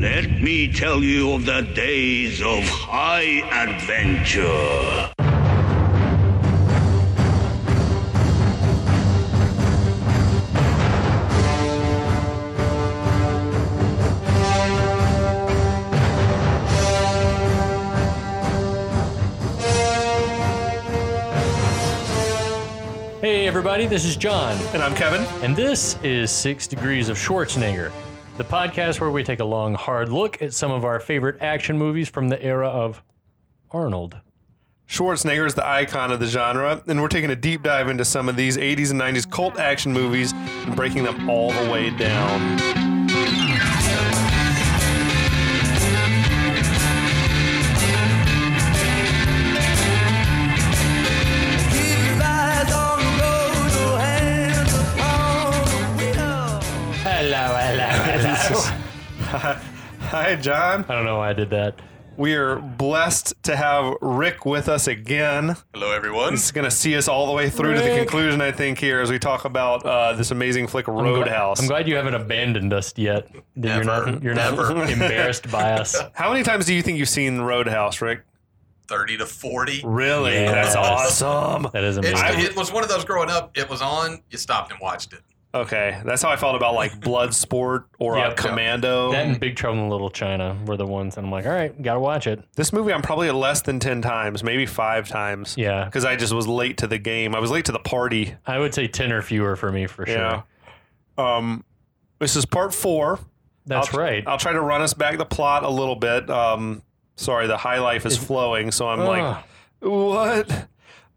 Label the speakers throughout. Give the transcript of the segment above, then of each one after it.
Speaker 1: Let me tell you of the days of high adventure.
Speaker 2: Hey, everybody, this is John,
Speaker 3: And I'm Kevin.
Speaker 2: and this is Six Degrees of Schwarzenegger, the podcast where we take a long, hard look at some of our favorite action movies from the era of Arnold.
Speaker 3: Schwarzenegger is the icon of the genre, and we're taking a deep dive into some of these 80s and 90s cult action movies and breaking them all the way down.
Speaker 2: Hello, hello, hello.
Speaker 3: Hi, John.
Speaker 2: I don't know why I did that.
Speaker 3: We are blessed to have Rick with us again.
Speaker 4: Hello, everyone.
Speaker 3: He's going to see us all the way through to the
Speaker 2: Rick.
Speaker 3: conclusion, I think, here as we talk about uh, this amazing flick, Roadhouse.
Speaker 2: I'm glad you haven't abandoned us yet. That you're
Speaker 4: Never,
Speaker 2: not, you're not
Speaker 4: never.
Speaker 2: embarrassed by us.
Speaker 3: How many times do you think you've seen Roadhouse, Rick?
Speaker 4: 30 to 40.
Speaker 3: Really?
Speaker 2: Yes.
Speaker 3: That's awesome.
Speaker 2: That is
Speaker 4: It's,
Speaker 2: amazing.
Speaker 4: it was one of those growing up, it was on, you stopped and watched it.
Speaker 3: Okay, that's how I felt about like Bloodsport or
Speaker 2: Yep.
Speaker 3: uh, Commando.
Speaker 2: that and Big Trouble in Little China were the ones, and I'm like, all right, gotta watch it.
Speaker 3: This movie, I'm probably less than 10 times, maybe five times.
Speaker 2: Yeah.
Speaker 3: Because I just was late to the game. I was late to the party.
Speaker 2: I would say 10 or fewer for me for sure.
Speaker 3: Yeah. Um, this is part four.
Speaker 2: That's
Speaker 3: I'll-
Speaker 2: right.
Speaker 3: I'll try to run us back the plot a little bit. Um, sorry, the high life is flowing, so I'm like,
Speaker 2: Ah,
Speaker 3: what?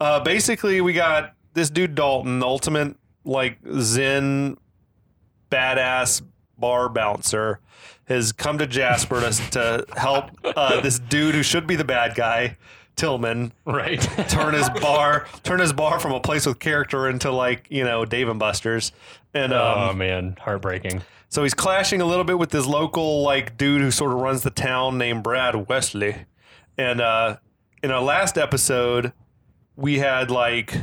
Speaker 3: Uh, basically, we got this dude Dalton, the ultimate like Zen badass bar bouncer, has come to Jasper to, to help uh, this dude who should be the bad guy, Tillman,
Speaker 2: right.
Speaker 3: turn his bar turn his bar from a place with character into like you know Dave and Buster's, and um,
Speaker 2: oh man, heartbreaking.
Speaker 3: so he's clashing a little bit with this local like dude who sort of runs the town named Brad Wesley. And uh in our last episode, we had like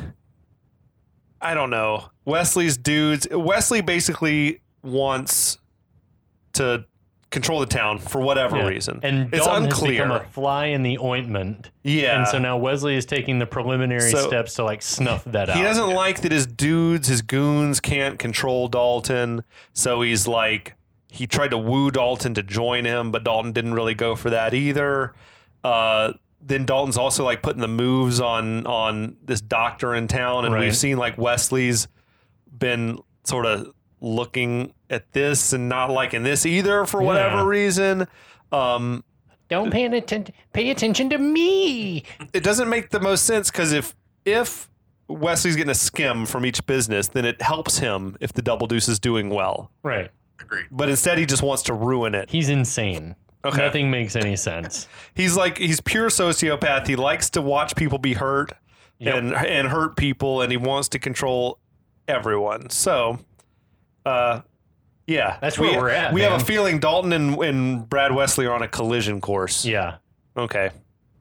Speaker 3: I don't know. Wesley's dudes Wesley basically wants to control the town for whatever
Speaker 2: Yeah.
Speaker 3: reason.
Speaker 2: And
Speaker 3: it's
Speaker 2: Dalton
Speaker 3: unclear.
Speaker 2: has become a fly in the ointment.
Speaker 3: yeah.
Speaker 2: And so now Wesley is taking the preliminary
Speaker 3: So-
Speaker 2: steps to like snuff that out.
Speaker 3: He doesn't like that his dudes, his goons can't control Dalton. So he's like, he tried to woo Dalton to join him, but Dalton didn't really go for that either. Uh, then Dalton's also like putting the moves on on this doctor in town, and
Speaker 2: Right.
Speaker 3: we've seen like Wesley's been sort of looking at this and not liking this either for whatever
Speaker 2: Yeah.
Speaker 3: reason. Um,
Speaker 2: Don't pay attention. Pay attention to me.
Speaker 3: it doesn't make the most sense because if if Wesley's getting a skim from each business, then it helps him if the double deuce is doing well.
Speaker 2: Right.
Speaker 4: Agreed.
Speaker 3: But instead, he just wants to ruin it.
Speaker 2: He's insane.
Speaker 3: Okay.
Speaker 2: Nothing makes any sense.
Speaker 3: He's like he's pure sociopath. He likes to watch people be hurt
Speaker 2: Yep.
Speaker 3: and and hurt people, and he wants to control everyone. So, uh, yeah,
Speaker 2: That's where
Speaker 3: we,
Speaker 2: we're at,
Speaker 3: We have
Speaker 2: man.
Speaker 3: a feeling Dalton and, and Brad Wesley are on a collision course.
Speaker 2: Yeah.
Speaker 3: Okay,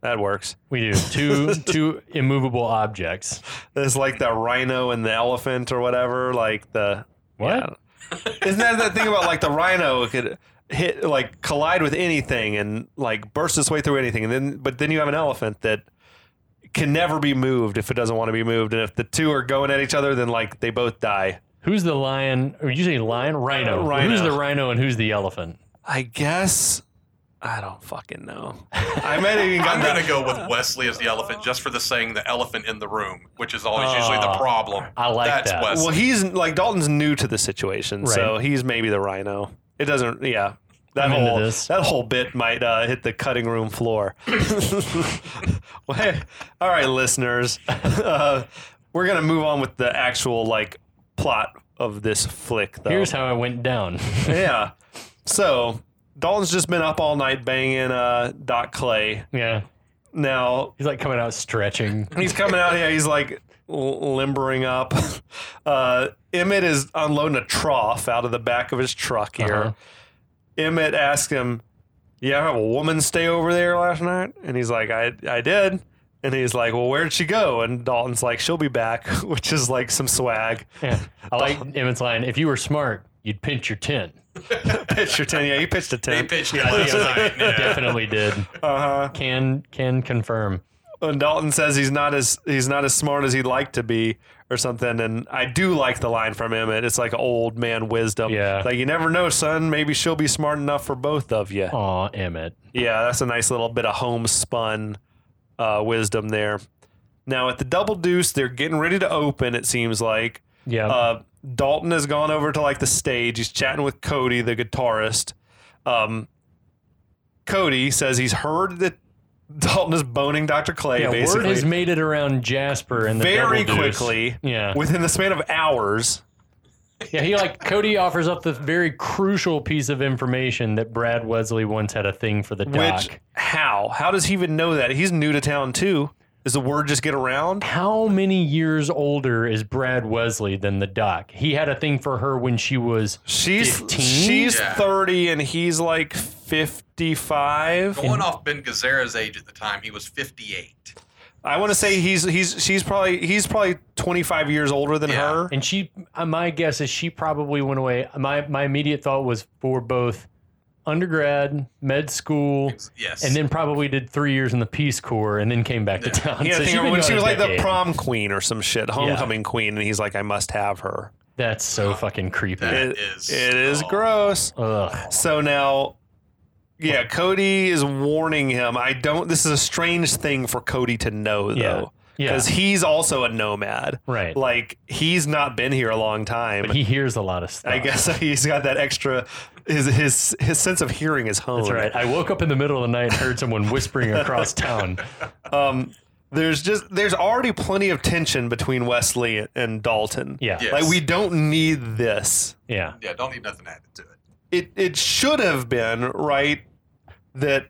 Speaker 3: that works.
Speaker 2: We do two two immovable objects.
Speaker 3: It's like the rhino and the elephant or whatever, like the
Speaker 2: What?
Speaker 3: Yeah. Isn't that that thing about like the rhino could hit like collide with anything and like burst its way through anything and then but then you have an elephant that can never be moved if it doesn't want to be moved and if the two are going at each other then like they both die.
Speaker 2: Who's the lion? Or you say lion? Rhino.
Speaker 3: Uh, Rhino.
Speaker 2: Who's the rhino and who's the elephant?
Speaker 3: I guess I don't fucking know. I might have even
Speaker 4: I'm
Speaker 3: gotten
Speaker 4: going
Speaker 3: that.
Speaker 4: to go with Wesley as the elephant just for the saying the elephant in the room, which is always usually
Speaker 2: Ah,
Speaker 4: the problem.
Speaker 2: I like
Speaker 4: That's
Speaker 2: that.
Speaker 4: Wesley.
Speaker 3: Well, he's like Dalton's new to the situation, so
Speaker 2: Right.
Speaker 3: he's maybe the rhino. It doesn't, yeah. That
Speaker 2: I'm into
Speaker 3: whole
Speaker 2: this.
Speaker 3: that whole bit might uh, hit the cutting room floor. well, hey, all right, listeners, uh, we're gonna move on with the actual like plot of this flick, though.
Speaker 2: Here's how it went down.
Speaker 3: yeah. So Dalton's just been up all night banging uh, Doc Clay.
Speaker 2: yeah.
Speaker 3: Now
Speaker 2: He's like coming out stretching.
Speaker 3: He's coming out. Yeah, he's like l- limbering up. Uh, Emmett is unloading a trough out of the back of his truck here.
Speaker 2: Uh-huh.
Speaker 3: Emmett asks him, "You have a woman stay over there last night?" And he's like, "I I did." And he's like, "Well, where'd she go?" And Dalton's like, "She'll be back," which is like some swag.
Speaker 2: Yeah. I like Emmett's line. If you were smart, you'd pinch your tin.
Speaker 3: pitched your ten. Yeah, you pitched a
Speaker 4: They
Speaker 3: ten.
Speaker 4: pitched it last night. Yeah.
Speaker 2: Definitely did.
Speaker 3: Uh huh.
Speaker 2: Can can confirm.
Speaker 3: And Dalton says he's not as he's not as smart as he'd like to be, or something. And I do like the line from him. and It's like old man wisdom.
Speaker 2: Yeah.
Speaker 3: Like you never know, son. Maybe she'll be smart enough for both of you.
Speaker 2: Aw, Emmett.
Speaker 3: Yeah, that's a nice little bit of homespun uh, wisdom there. Now at the double deuce, they're getting ready to open. It seems like
Speaker 2: Yeah.
Speaker 3: uh, Dalton has gone over to like the stage. He's chatting with Cody, the guitarist. Um, Cody says he's heard that Dalton is boning Dr. Clay.
Speaker 2: yeah, word
Speaker 3: basically,
Speaker 2: has made it around Jasper and the
Speaker 3: very
Speaker 2: Double Deuce.
Speaker 3: quickly
Speaker 2: Yeah,
Speaker 3: within the span of hours.
Speaker 2: yeah. He like Cody offers up this very crucial piece of information that Brad Wesley once had a thing for the doc.
Speaker 3: Which how how does he even know that he's new to town too? Does the word just get around?
Speaker 2: How many years older is Brad Wesley than the doc? He had a thing for her when she was
Speaker 3: She's
Speaker 2: 15?
Speaker 3: she's
Speaker 4: Yeah.
Speaker 3: thirty and he's like fifty five.
Speaker 4: Going off Ben Gazzara's age at the time, he was 58.
Speaker 3: I want to say he's he's she's probably he's probably twenty five years older than
Speaker 4: Yeah.
Speaker 3: her.
Speaker 2: And she, uh, my guess is she probably went away. My my immediate thought was for both undergrad, med school,
Speaker 4: Yes.
Speaker 2: and then probably did three years in the Peace Corps, and then came back to town.
Speaker 3: Yeah, I
Speaker 2: So
Speaker 3: think
Speaker 2: she'd been
Speaker 3: when she
Speaker 2: gone
Speaker 3: was
Speaker 2: a
Speaker 3: like the
Speaker 2: decade.
Speaker 3: prom queen or some shit, homecoming queen, and he's like, I must have her.
Speaker 2: That's so fucking creepy.
Speaker 4: That
Speaker 3: It,
Speaker 4: is-
Speaker 3: it is
Speaker 4: oh.
Speaker 3: gross.
Speaker 2: Ugh.
Speaker 3: So now, yeah, Cody is warning him. I don't. This is a strange thing for Cody to know
Speaker 2: Yeah.
Speaker 3: though,
Speaker 2: Yeah.
Speaker 3: because he's also a nomad.
Speaker 2: Right.
Speaker 3: Like he's not been here a long time.
Speaker 2: But he hears a lot of stuff.
Speaker 3: I guess he's got that extra. His his his sense of hearing is honed.
Speaker 2: That's right. I woke up in the middle of the night and heard someone whispering across town.
Speaker 3: Um, there's just there's already plenty of tension between Wesley and Dalton.
Speaker 2: Yeah.
Speaker 4: Yeah.
Speaker 3: Like
Speaker 4: Yes.
Speaker 3: we don't need this.
Speaker 2: Yeah.
Speaker 4: yeah, don't need nothing added to it.
Speaker 3: It it should have been right that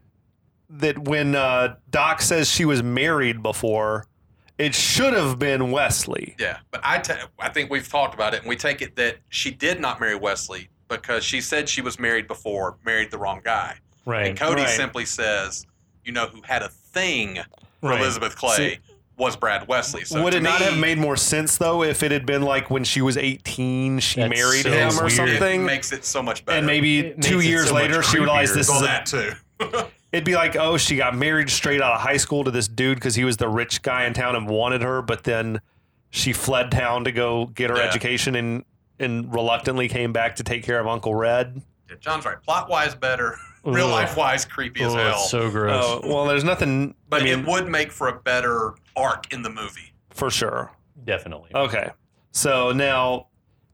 Speaker 3: that when uh, Doc says she was married before, it should have been Wesley.
Speaker 4: Yeah, but I, ta- I think we've talked about it, and we take it that she did not marry Wesley because she said she was married before, married the wrong guy. And
Speaker 2: Right.
Speaker 4: Cody
Speaker 3: right.
Speaker 4: simply says, you know, who had a thing for
Speaker 2: Right.
Speaker 4: Elizabeth Clay was Brad Wesley. So
Speaker 3: Would
Speaker 4: to
Speaker 3: it not
Speaker 4: me,
Speaker 3: have made more sense though if it had been like when she was 18, she
Speaker 2: That's
Speaker 3: married
Speaker 2: so
Speaker 3: him or
Speaker 2: weird.
Speaker 3: something?
Speaker 4: It makes it so much better.
Speaker 3: and maybe
Speaker 2: It makes
Speaker 3: two
Speaker 2: it
Speaker 3: years
Speaker 2: so much
Speaker 3: later she realized
Speaker 2: creepier.
Speaker 3: this
Speaker 4: well,
Speaker 3: is a,
Speaker 4: that too.
Speaker 3: it'd be like oh she got married straight out of high school to this dude because he was the rich guy in town and wanted her but then she fled town to go get her
Speaker 4: Yeah.
Speaker 3: education and and reluctantly came back to take care of uncle red
Speaker 4: Yeah, John's right. Plot wise, better. Real
Speaker 2: Ugh.
Speaker 4: life wise, creepy as
Speaker 2: Oh,
Speaker 4: hell.
Speaker 2: it's so gross.
Speaker 3: oh well there's nothing
Speaker 4: but
Speaker 3: i
Speaker 4: it
Speaker 3: mean
Speaker 4: would make for a better arc in the movie.
Speaker 3: for sure
Speaker 2: Definitely.
Speaker 3: okay so now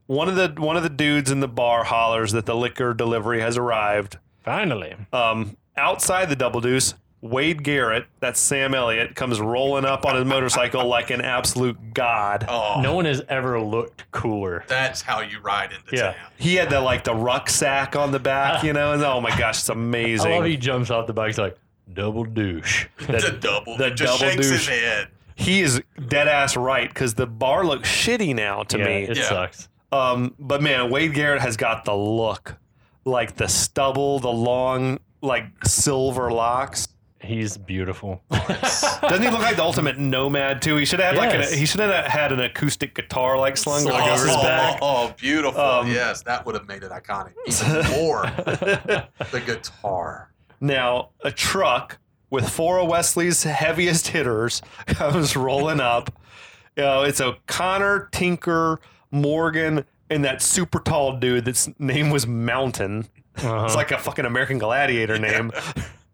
Speaker 3: one of the one of the dudes in the bar hollers that the liquor delivery has arrived
Speaker 2: Finally.
Speaker 3: Um, outside the Double Deuce, Wade Garrett, that's Sam Elliott, comes rolling up on his motorcycle like an absolute god.
Speaker 4: Oh,
Speaker 2: No one has ever looked cooler.
Speaker 4: that's how you ride into
Speaker 2: Yeah.
Speaker 4: town.
Speaker 3: He had the like the rucksack on the back, you know, and oh my gosh, it's
Speaker 2: I love
Speaker 3: amazing.
Speaker 2: he jumps off the bike. He's like, double douche.
Speaker 4: The
Speaker 2: That,
Speaker 4: double.
Speaker 3: the
Speaker 4: it just
Speaker 3: double
Speaker 4: shakes his
Speaker 3: douche.
Speaker 4: head.
Speaker 3: He is dead ass right because the bar looks shitty now to
Speaker 2: yeah,
Speaker 3: me.
Speaker 2: it
Speaker 4: Yeah.
Speaker 2: sucks.
Speaker 3: Um, but man, Wade Garrett has got the look, like the stubble, the long like silver locks.
Speaker 2: He's beautiful. Uh-huh.
Speaker 3: Doesn't he look like the ultimate nomad too? He should have had like
Speaker 2: Yes.
Speaker 3: an, he should have had an acoustic guitar like slung
Speaker 4: oh,
Speaker 3: like over his back.
Speaker 4: oh, beautiful.
Speaker 3: Um,
Speaker 4: yes, that would have made it iconic. Even more. the guitar.
Speaker 3: Now, a truck with four of Wesley's heaviest hitters comes rolling up. You know, it's O'Connor, Tinker, Morgan, and that super tall dude that's name was Mountain.
Speaker 2: Uh-huh.
Speaker 3: It's like a fucking American Gladiator name.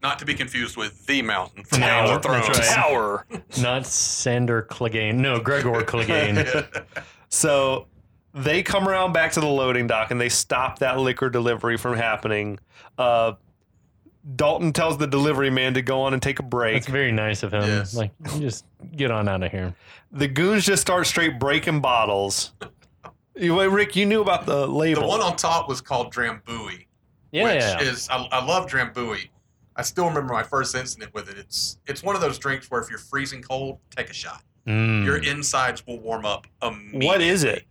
Speaker 4: Not to be confused with the mountain from
Speaker 3: Tower,
Speaker 4: Game of Thrones.
Speaker 3: that's right.
Speaker 4: Tower.
Speaker 2: Not Sander Clegane. No, Gregor Clegane.
Speaker 3: So they come around back to the loading dock and they stop that liquor delivery from happening. Uh, Dalton tells the delivery man to go on and take a break.
Speaker 2: It's very nice of him.
Speaker 4: Yes.
Speaker 2: Like, you just get on out of here.
Speaker 3: the goons just start straight breaking bottles. You, wait, Rick, you knew about the
Speaker 4: The
Speaker 3: label.
Speaker 4: one on top was called Drambuie,
Speaker 2: Yeah.
Speaker 4: which is I, I love Drambuie. I still remember my first incident with it. It's it's one of those drinks where if you're freezing cold, take a shot.
Speaker 2: Mm.
Speaker 4: Your insides will warm up immediately.
Speaker 3: Hmm. what is it?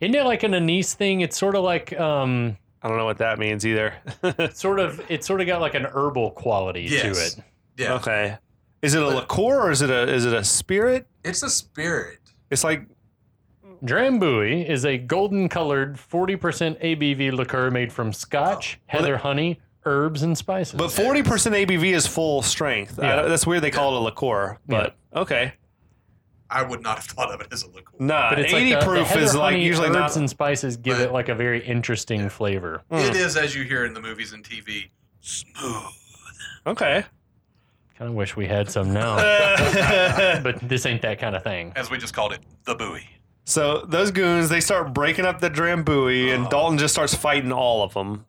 Speaker 2: Isn't it like an anise thing? It's sort of like um,
Speaker 3: I don't know what that means either.
Speaker 2: it's sort of it's sort of got like an herbal quality
Speaker 4: Yes.
Speaker 2: to it.
Speaker 4: Yeah,
Speaker 3: Okay. Is it a liqueur or is it a is it a spirit?
Speaker 4: it's a spirit.
Speaker 3: It's like
Speaker 2: Drambuie is a golden colored 40% ABV liqueur made from scotch, heather honey, herbs, and spices.
Speaker 3: But forty percent ABV is full strength. I
Speaker 2: Yeah.
Speaker 3: don't- that's weird. They call it a liqueur, but okay,
Speaker 4: I would not have thought of it as a liqueur.
Speaker 3: nah.
Speaker 2: But it's
Speaker 3: Eighty
Speaker 2: like the, the
Speaker 3: proof
Speaker 2: heather
Speaker 3: is like
Speaker 2: honey,
Speaker 3: usually
Speaker 2: herbs
Speaker 3: not.
Speaker 2: and spices give
Speaker 4: But-
Speaker 2: it like a very interesting flavor.
Speaker 3: Hmm.
Speaker 4: It is, as you hear in the movies and TV, smooth.
Speaker 3: Okay.
Speaker 2: Kind of wish we had some now, but this ain't that kind of thing.
Speaker 4: As we just called it, the buoy.
Speaker 3: so those goons they start breaking up the Drambuie,
Speaker 2: Oh.
Speaker 3: and Dalton just starts fighting all of them.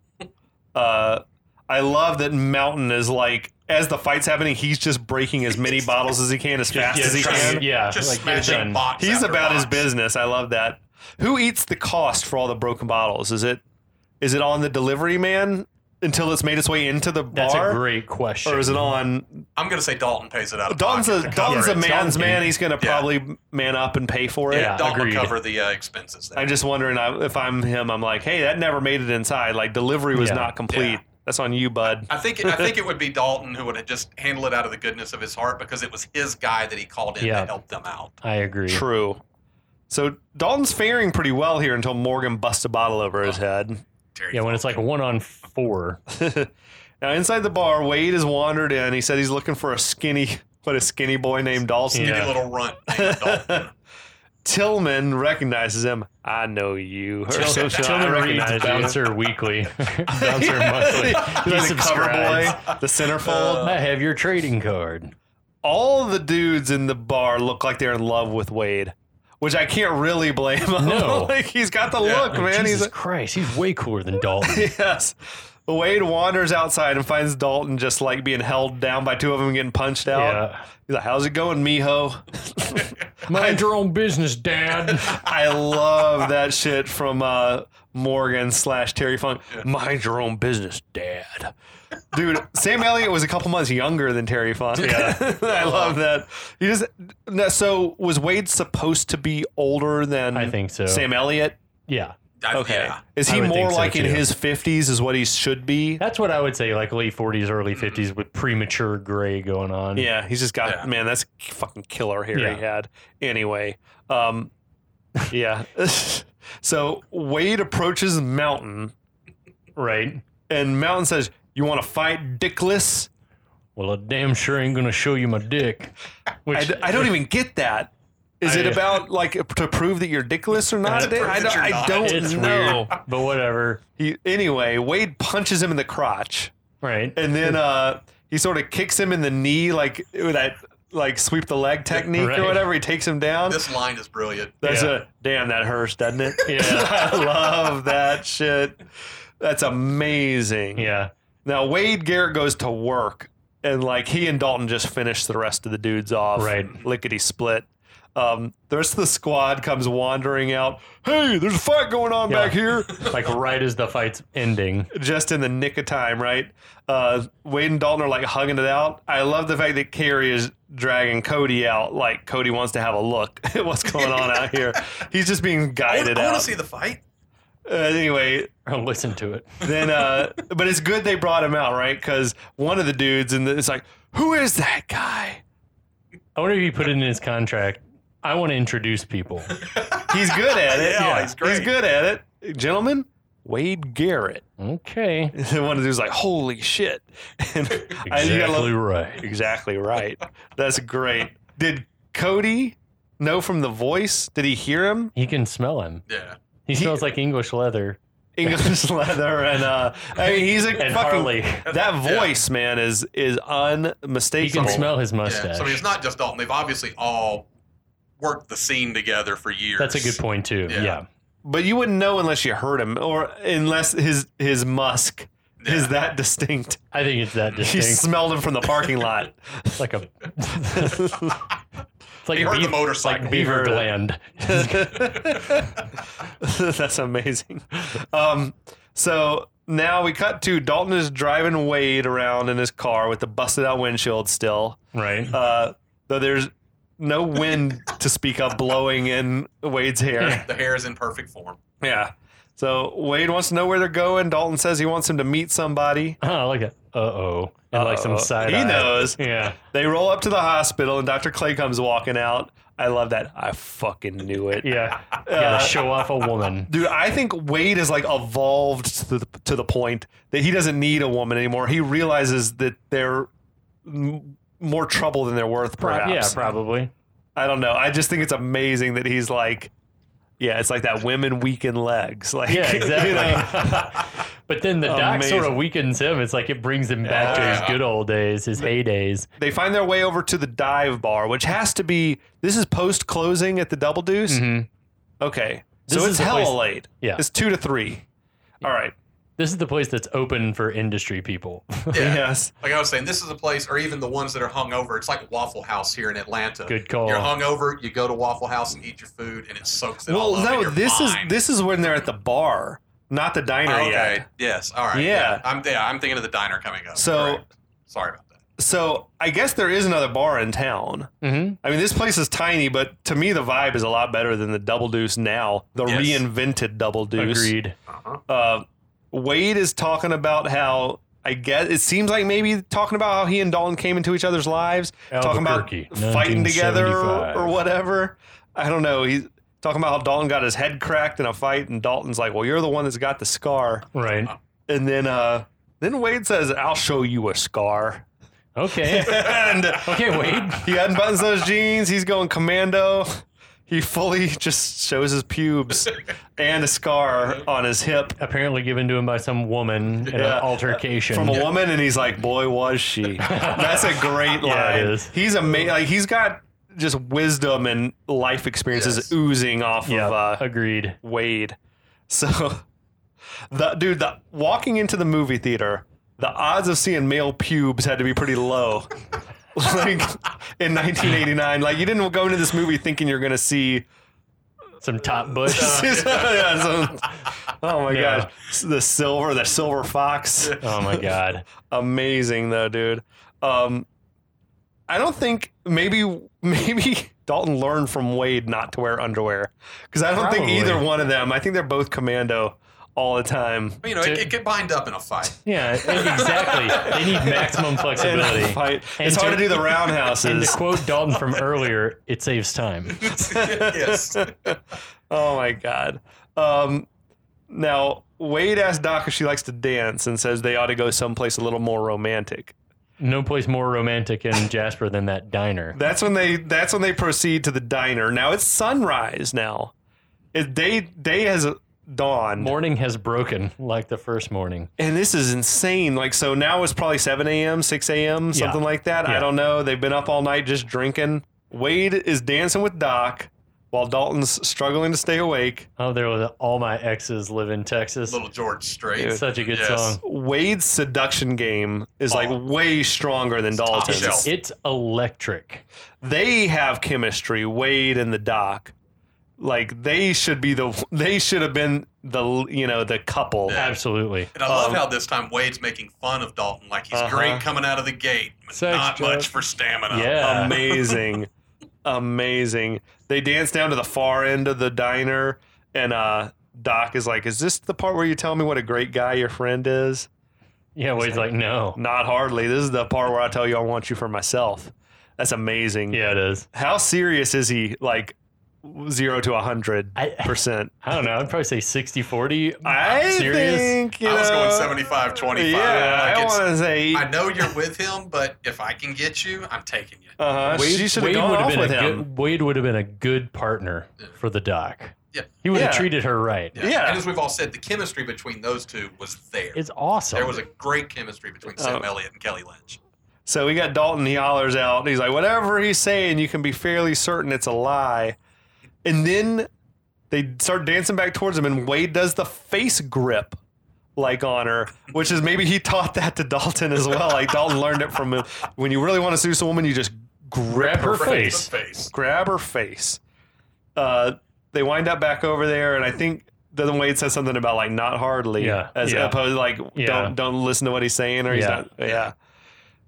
Speaker 3: Uh, I love that Mountain is like as the fight's happening, he's just breaking as many bottles as he can as fast as he
Speaker 4: trying
Speaker 3: can.
Speaker 4: to-
Speaker 2: Yeah,
Speaker 4: Just
Speaker 2: like, get it
Speaker 4: smashing
Speaker 2: done.
Speaker 4: box.
Speaker 3: He's
Speaker 4: after
Speaker 3: about
Speaker 4: box.
Speaker 3: his business. I love that. Who eats the cost for all the broken bottles? Is it is it on the delivery man until it's made its way into the
Speaker 2: That's
Speaker 3: bar,
Speaker 2: a great question.
Speaker 3: or is it on
Speaker 4: I'm gonna say Dalton pays it out. Of
Speaker 3: Don's
Speaker 4: pocket
Speaker 3: a
Speaker 4: to cover
Speaker 3: Don's a
Speaker 4: it.
Speaker 3: man's
Speaker 2: Dalton.
Speaker 3: man? He's gonna probably man up and pay for it.
Speaker 2: Yeah.
Speaker 4: Dalton
Speaker 2: agreed.
Speaker 4: will cover the uh, expenses. There.
Speaker 3: I'm just wondering I- if I'm him. I'm like, hey, that never made it inside. Like delivery was
Speaker 2: Yeah.
Speaker 3: not complete.
Speaker 4: Yeah.
Speaker 3: That's on you, bud.
Speaker 4: I think I think it would be Dalton who would have just handled it out of the goodness of his heart because it was his guy that he called in
Speaker 2: Yeah.
Speaker 4: to help them out.
Speaker 2: I agree.
Speaker 3: True. So Dalton's faring pretty well here until Morgan busts a bottle over his head.
Speaker 4: Terry
Speaker 2: Yeah, when it's
Speaker 4: Fox.
Speaker 2: like one on four.
Speaker 3: Now inside the bar, Wade has wandered in. He said he's looking for a skinny, what a skinny boy named Dawson.
Speaker 2: Yeah.
Speaker 4: Any little runt named Dalton.
Speaker 3: Tillman recognizes him. I know you. Or
Speaker 2: Children,
Speaker 3: some shit. I
Speaker 2: children reads
Speaker 3: recognize you.
Speaker 2: Bouncer Weekly, Bouncer Monthly.
Speaker 3: He's
Speaker 2: He
Speaker 3: the cover boy, Uh,
Speaker 2: subscribes.
Speaker 3: the centerfold.
Speaker 2: I have your trading card.
Speaker 3: All the dudes in the bar look like they're in love with Wade, which I can't really blame him.
Speaker 2: No.
Speaker 3: like he's got the
Speaker 4: Yeah.
Speaker 3: look, man.
Speaker 2: Jesus
Speaker 3: He's
Speaker 2: Christ, he's way cooler than Dalton.
Speaker 3: yes. Wade wanders outside and finds Dalton just like being held down by two of them getting punched out.
Speaker 2: yeah.
Speaker 3: He's like, "How's it going, mijo?"
Speaker 2: Mind your own business, Dad.
Speaker 3: I love that shit from uh, Morgan slash Terry Funk. Mind your own business, Dad. Dude, Sam Elliott was a couple months younger than Terry Funk. Yeah, I love that. You just no, so was Wade supposed to be older than
Speaker 2: I think so.
Speaker 3: Sam Elliott?
Speaker 2: Yeah.
Speaker 4: I-
Speaker 3: Okay,
Speaker 4: Uh, Yeah.
Speaker 3: is
Speaker 2: I
Speaker 3: he
Speaker 2: would think
Speaker 3: more
Speaker 2: so,
Speaker 3: like in
Speaker 2: too.
Speaker 3: his fifties? Is what he should be?
Speaker 2: That's what I would say, like late 40s, early 50s with premature gray going on.
Speaker 3: Mm. Yeah, he's just got
Speaker 4: Yeah.
Speaker 3: man. That's fucking killer hair
Speaker 2: Yeah.
Speaker 3: he had. Anyway, um, yeah. so Wade approaches Mountain.
Speaker 2: Right?
Speaker 3: and Mountain says, "You want to fight, Dickless?"
Speaker 2: Well, I damn sure ain't going to show you my dick. Which,
Speaker 3: I, d- I don't even get that. Is
Speaker 2: I-
Speaker 3: it about like to prove that you're dickless or not?
Speaker 2: To
Speaker 3: Dan?
Speaker 4: prove
Speaker 3: I,
Speaker 4: that
Speaker 3: don't-
Speaker 4: you're
Speaker 3: I
Speaker 4: not.
Speaker 3: don't
Speaker 2: it's
Speaker 3: know.
Speaker 2: weird, but whatever.
Speaker 3: He, anyway, Wade punches him in the crotch,
Speaker 2: Right.
Speaker 3: and then uh, he sort of kicks him in the knee, like with that like sweep the leg technique
Speaker 2: Right.
Speaker 3: or whatever. He takes him down.
Speaker 4: This line is brilliant.
Speaker 3: That's
Speaker 2: Yeah.
Speaker 3: a damn that hurts, doesn't it?
Speaker 2: Yeah.
Speaker 3: I love that shit. That's amazing.
Speaker 2: yeah.
Speaker 3: Now Wade Garrett goes to work, and like he and Dalton just finish the rest of the dudes off,
Speaker 2: Right.
Speaker 3: Lickety split. Um, the rest of the squad comes wandering out. Hey, there's a fight going on
Speaker 2: Yeah.
Speaker 3: back here,
Speaker 2: Like right as the fight's ending.
Speaker 3: just in the nick of time, right? Uh, Wade and Dalton are like hugging it out. I love the fact that Carrie is dragging Cody out, like Cody wants to have a look at what's going on out here. He's just being
Speaker 4: I
Speaker 3: guided
Speaker 4: want to
Speaker 3: out.
Speaker 4: see the fight.
Speaker 3: uh, anyway,
Speaker 2: I'll listen to it.
Speaker 3: then uh but it's good they brought him out right because one of the dudes and it's like who is that guy
Speaker 2: I wonder if he put it in his contract. I want to introduce people.
Speaker 3: he's good at it
Speaker 4: Yeah, he's great.
Speaker 3: good at it gentlemen wade garrett
Speaker 2: Okay.
Speaker 3: and then one of the dudes like holy shit and I- you gotta
Speaker 2: Exactly
Speaker 3: love-
Speaker 2: right.
Speaker 3: exactly right that's great did cody know from the voice did he hear him
Speaker 2: He can smell him.
Speaker 4: Yeah.
Speaker 2: He smells like English leather
Speaker 3: english leather and uh i mean he's a
Speaker 2: and
Speaker 3: fucking
Speaker 2: Harley.
Speaker 3: that voice man is is
Speaker 2: He
Speaker 3: unmistakable
Speaker 2: can smell his
Speaker 4: Yeah.
Speaker 2: mustache.
Speaker 4: So I mean, it's not just Dalton. They've obviously all worked the scene together for years.
Speaker 2: That's a good point too.
Speaker 4: Yeah.
Speaker 2: Yeah.
Speaker 3: But you wouldn't know unless you heard him, or unless his his musk
Speaker 4: Yeah.
Speaker 3: is that distinct.
Speaker 2: I think it's that
Speaker 3: She
Speaker 2: distinct.
Speaker 3: smelled him from the parking lot.
Speaker 2: It's like a. it's like
Speaker 4: He heard
Speaker 2: beav-
Speaker 4: the motorcycle.
Speaker 2: like beaver
Speaker 3: He heard it.
Speaker 2: gland.
Speaker 3: That's amazing. Um, so now we cut to Dalton is driving Wade around in his car with the busted out windshield still,
Speaker 2: Right.
Speaker 3: uh, though there's no wind to speak of blowing in Wade's hair.
Speaker 4: The hair is in perfect form.
Speaker 3: Yeah. So Wade wants to know where they're going. Dalton says he wants him to meet somebody.
Speaker 2: Oh, I like it. uh oh, and like some
Speaker 3: Uh-oh.
Speaker 2: side.
Speaker 3: He
Speaker 2: eye.
Speaker 3: knows.
Speaker 2: Yeah.
Speaker 3: They roll up to the hospital, and Dr. Clay comes walking out. I love that. I fucking knew it.
Speaker 2: Yeah. You gotta show off a woman.
Speaker 3: Dude, I think Wade has like evolved to the, to the point that he doesn't need a woman anymore. He realizes that they're m- more trouble than they're worth,
Speaker 2: Pro-
Speaker 3: perhaps.
Speaker 2: Yeah, probably.
Speaker 3: I don't know. I just think it's amazing that he's like, yeah, it's like that women weaken legs. Like,
Speaker 2: Yeah,
Speaker 3: you
Speaker 2: exactly.
Speaker 3: know.
Speaker 2: but then the doc
Speaker 3: Amazing.
Speaker 2: sort of weakens him. It's like it brings him back to his
Speaker 4: Yeah.
Speaker 2: good old days, his heydays.
Speaker 3: they find their way over to the dive bar, which has to be this is post closing at the Double Deuce.
Speaker 2: Mhm.
Speaker 3: Okay,
Speaker 2: This
Speaker 3: so
Speaker 2: is
Speaker 3: it's
Speaker 2: the
Speaker 3: hella
Speaker 2: place-
Speaker 3: late.
Speaker 2: Yeah.
Speaker 3: it's two to three. All right.
Speaker 2: This is the place that's open for industry people.
Speaker 4: Yeah.
Speaker 3: Yes.
Speaker 4: Like I was saying, this is a place, or even the ones that are hungover. It's like Waffle House here in Atlanta.
Speaker 2: Good call.
Speaker 4: You're hungover, you go to Waffle House and eat your food, and it soaks it all
Speaker 3: Well,
Speaker 4: up.
Speaker 3: no,
Speaker 4: in your
Speaker 3: this
Speaker 4: mind. Oh,
Speaker 3: is this is when they're at the bar, not the diner
Speaker 4: Okay.
Speaker 3: yet.
Speaker 4: Yes. All right.
Speaker 3: Yeah.
Speaker 4: I'm yeah, I'm thinking of the diner coming up.
Speaker 3: So-
Speaker 4: Correct. sorry about that.
Speaker 3: So I guess there is another bar in town.
Speaker 2: hmm
Speaker 3: I mean, this place is tiny, but to me, the vibe is a lot better than the Double Deuce now, the
Speaker 4: Yes.
Speaker 3: reinvented Double Deuce.
Speaker 2: Agreed.
Speaker 4: Uh-huh.
Speaker 3: uh, Wade is talking about how I guess it seems like maybe talking about how he and Dalton came into each other's lives, talking about
Speaker 2: Albuquerque,
Speaker 3: fighting together or,
Speaker 2: 1975.
Speaker 3: or whatever. I don't know. He's talking about how Dalton got his head cracked in a fight, and Dalton's like, "Well, you're the one that's got the scar."
Speaker 2: Right.
Speaker 3: And then, uh, then Wade says, "I'll show you a scar,"
Speaker 2: Okay.
Speaker 3: and
Speaker 2: Okay, Wade.
Speaker 3: he unbuttons those jeans. He's going commando. He fully just shows his pubes and a scar on his hip.
Speaker 2: Apparently given to him by some woman in
Speaker 3: Yeah.
Speaker 2: an altercation.
Speaker 3: from a woman, and he's like, "Boy, was she." That's a great line.
Speaker 2: Yeah, it is.
Speaker 3: He's amazing. Like he's got just wisdom and life experiences
Speaker 4: Yes.
Speaker 3: oozing off
Speaker 2: yeah.
Speaker 3: of uh,
Speaker 2: agreed.
Speaker 3: Wade. So, the dude, the walking into the movie theater, the odds of seeing male pubes had to be pretty low. like in 1989, like you didn't go into this movie thinking you're gonna see.
Speaker 2: Some top bush.
Speaker 3: Yeah, so- oh my
Speaker 2: Yeah.
Speaker 3: gosh, the silver, the silver fox.
Speaker 2: oh my god.
Speaker 3: amazing though, dude. Um, I don't think maybe maybe Dalton learned from Wade not to wear underwear because I don't
Speaker 2: Probably.
Speaker 3: think either one of them. I think they're both commando all the time.
Speaker 4: But, you know, it,
Speaker 2: To-
Speaker 4: it could bind up in a fight.
Speaker 2: Yeah, exactly. they need maximum
Speaker 3: And
Speaker 2: flexibility.
Speaker 3: fight.
Speaker 2: And
Speaker 3: It's hard
Speaker 2: to-
Speaker 3: to do the
Speaker 2: And to
Speaker 3: roundhouses.
Speaker 2: quote Dalton from earlier, it saves time.
Speaker 4: yes.
Speaker 3: oh my god. Um, now Wade asks Doc if she likes to dance and says they ought to go someplace a little more romantic.
Speaker 2: No place more romantic in Jasper than that diner.
Speaker 3: That's when they that's when they proceed to the diner. Now it's sunrise. Now, it, day day has dawned.
Speaker 2: Morning has broken like the first morning.
Speaker 3: And this is insane. Like, so now it's probably 7 a.m., 6 a.m., something like that.
Speaker 2: Yeah.
Speaker 3: I don't know. They've been up all night just drinking. Wade is dancing with Doc while Dalton's struggling to stay awake.
Speaker 2: Oh, there was all my exes live in Texas.
Speaker 4: Little George Strait.
Speaker 2: Such a good
Speaker 4: Yes.
Speaker 2: song.
Speaker 3: Wade's seduction game is like
Speaker 4: Oh.
Speaker 3: way stronger than Dalton's.
Speaker 4: shelf.
Speaker 2: It's electric.
Speaker 3: They have chemistry, Wade and the Doc. Like they should be the they should have been the you know the couple.
Speaker 4: Yeah.
Speaker 2: Absolutely.
Speaker 4: And I love
Speaker 3: Um,
Speaker 4: how this time Wade's making fun of Dalton, like he's
Speaker 3: Uh-huh.
Speaker 4: great coming out of the gate, but
Speaker 2: Sex
Speaker 4: not
Speaker 2: joke.
Speaker 4: much for stamina.
Speaker 2: Yeah.
Speaker 3: Uh, amazing amazing they dance down to the far end of the diner and uh doc is like is this the part where you tell me what a great guy your friend is
Speaker 2: Yeah, Wade's like, no.
Speaker 3: not hardly this is the part where i tell you i want you for myself that's amazing
Speaker 2: Yeah, it is.
Speaker 3: how serious is he like zero to a hundred
Speaker 2: I,
Speaker 3: percent
Speaker 2: I don't know. I'd probably say 60 40.
Speaker 3: i
Speaker 2: Serious?
Speaker 3: think you
Speaker 4: I was going
Speaker 3: know,
Speaker 4: 75 25.
Speaker 3: yeah i
Speaker 4: like it's,
Speaker 3: want to say
Speaker 4: I know you're with him, but if I can get you, I'm taking you.
Speaker 3: uh-huh she should have gone
Speaker 2: would've
Speaker 3: off
Speaker 2: been
Speaker 3: with
Speaker 2: a
Speaker 3: him
Speaker 2: Good, Wade would have been a good partner for the doc.
Speaker 4: Yeah.
Speaker 2: He would have
Speaker 3: Yeah.
Speaker 2: treated her right.
Speaker 3: Yeah.
Speaker 4: And as we've all said, the chemistry between those two was there.
Speaker 2: It's awesome.
Speaker 4: there was a great chemistry between Sam
Speaker 3: Oh.
Speaker 4: Elliott and Kelly Lynch.
Speaker 3: So we got Dalton. He hollers out. He's like, "Whatever he's saying, you can be fairly certain it's a lie." And then they start dancing back towards him, and Wade does the face grip, like on her, which is maybe he taught that to Dalton as well. Like Dalton learned it from him. When you really want to seduce a woman, you just
Speaker 2: Grab
Speaker 3: grip
Speaker 2: her
Speaker 3: her,
Speaker 2: fa- Face.
Speaker 3: face.
Speaker 4: The face.
Speaker 3: grab her face. Uh, they wind up back over there, and I think. Then Wade says something about like not hardly,
Speaker 2: Yeah,
Speaker 3: as
Speaker 2: yeah.
Speaker 3: opposed like
Speaker 2: Yeah.
Speaker 3: don't don't listen to what he's saying or he's
Speaker 2: Yeah.
Speaker 3: not. Yeah,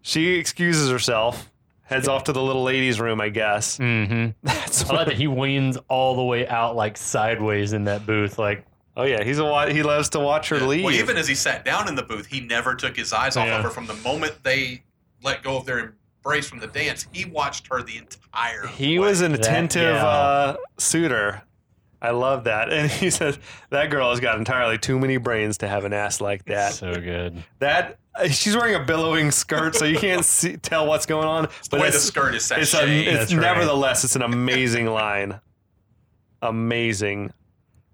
Speaker 3: she excuses herself, heads off to the little ladies' room, I guess.
Speaker 2: Mm-hmm.
Speaker 3: That's
Speaker 2: I like
Speaker 3: what,
Speaker 2: that he leans all the way out, like sideways in that booth, like
Speaker 3: Oh yeah, he's a wa- he loves to watch her leave.
Speaker 4: Well, even as he sat down in the booth, he never took his eyes off
Speaker 3: Yeah.
Speaker 4: of her from the moment they let go of their embrace from the dance. He watched her the entire.
Speaker 3: he
Speaker 4: way.
Speaker 3: was an
Speaker 2: That
Speaker 3: attentive
Speaker 2: gal.
Speaker 3: uh, suitor. I love that. And he says that girl has got entirely too many brains to have an ass like that.
Speaker 2: So good.
Speaker 3: That uh, she's wearing a billowing skirt, so you can't see, tell what's going on.
Speaker 4: the way the
Speaker 3: it's-
Speaker 4: skirt is sashayed.
Speaker 3: it's, a, it's
Speaker 2: That's right.
Speaker 3: nevertheless it's an amazing line amazing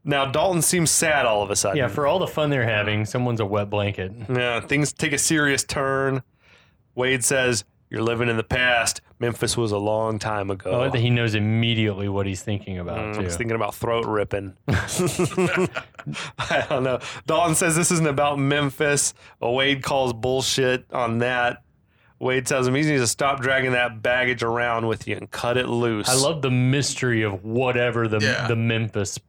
Speaker 3: now dalton seems sad all of a sudden
Speaker 2: Yeah, for all the fun they're having, someone's a wet blanket.
Speaker 3: Yeah, things take a serious turn wade says you're living in the past memphis was a long time
Speaker 2: I
Speaker 4: Oh,
Speaker 3: ago
Speaker 2: like that he knows immediately what he's thinking about,
Speaker 3: Mm,
Speaker 2: too.
Speaker 3: I was thinking about throat ripping. I don't know. Dalton says this isn't about Memphis. Wade calls bullshit on that. Wade tells him he needs to stop dragging that baggage around with you and cut it loose.
Speaker 2: I love the mystery of whatever the,
Speaker 4: Yeah.
Speaker 2: the Memphis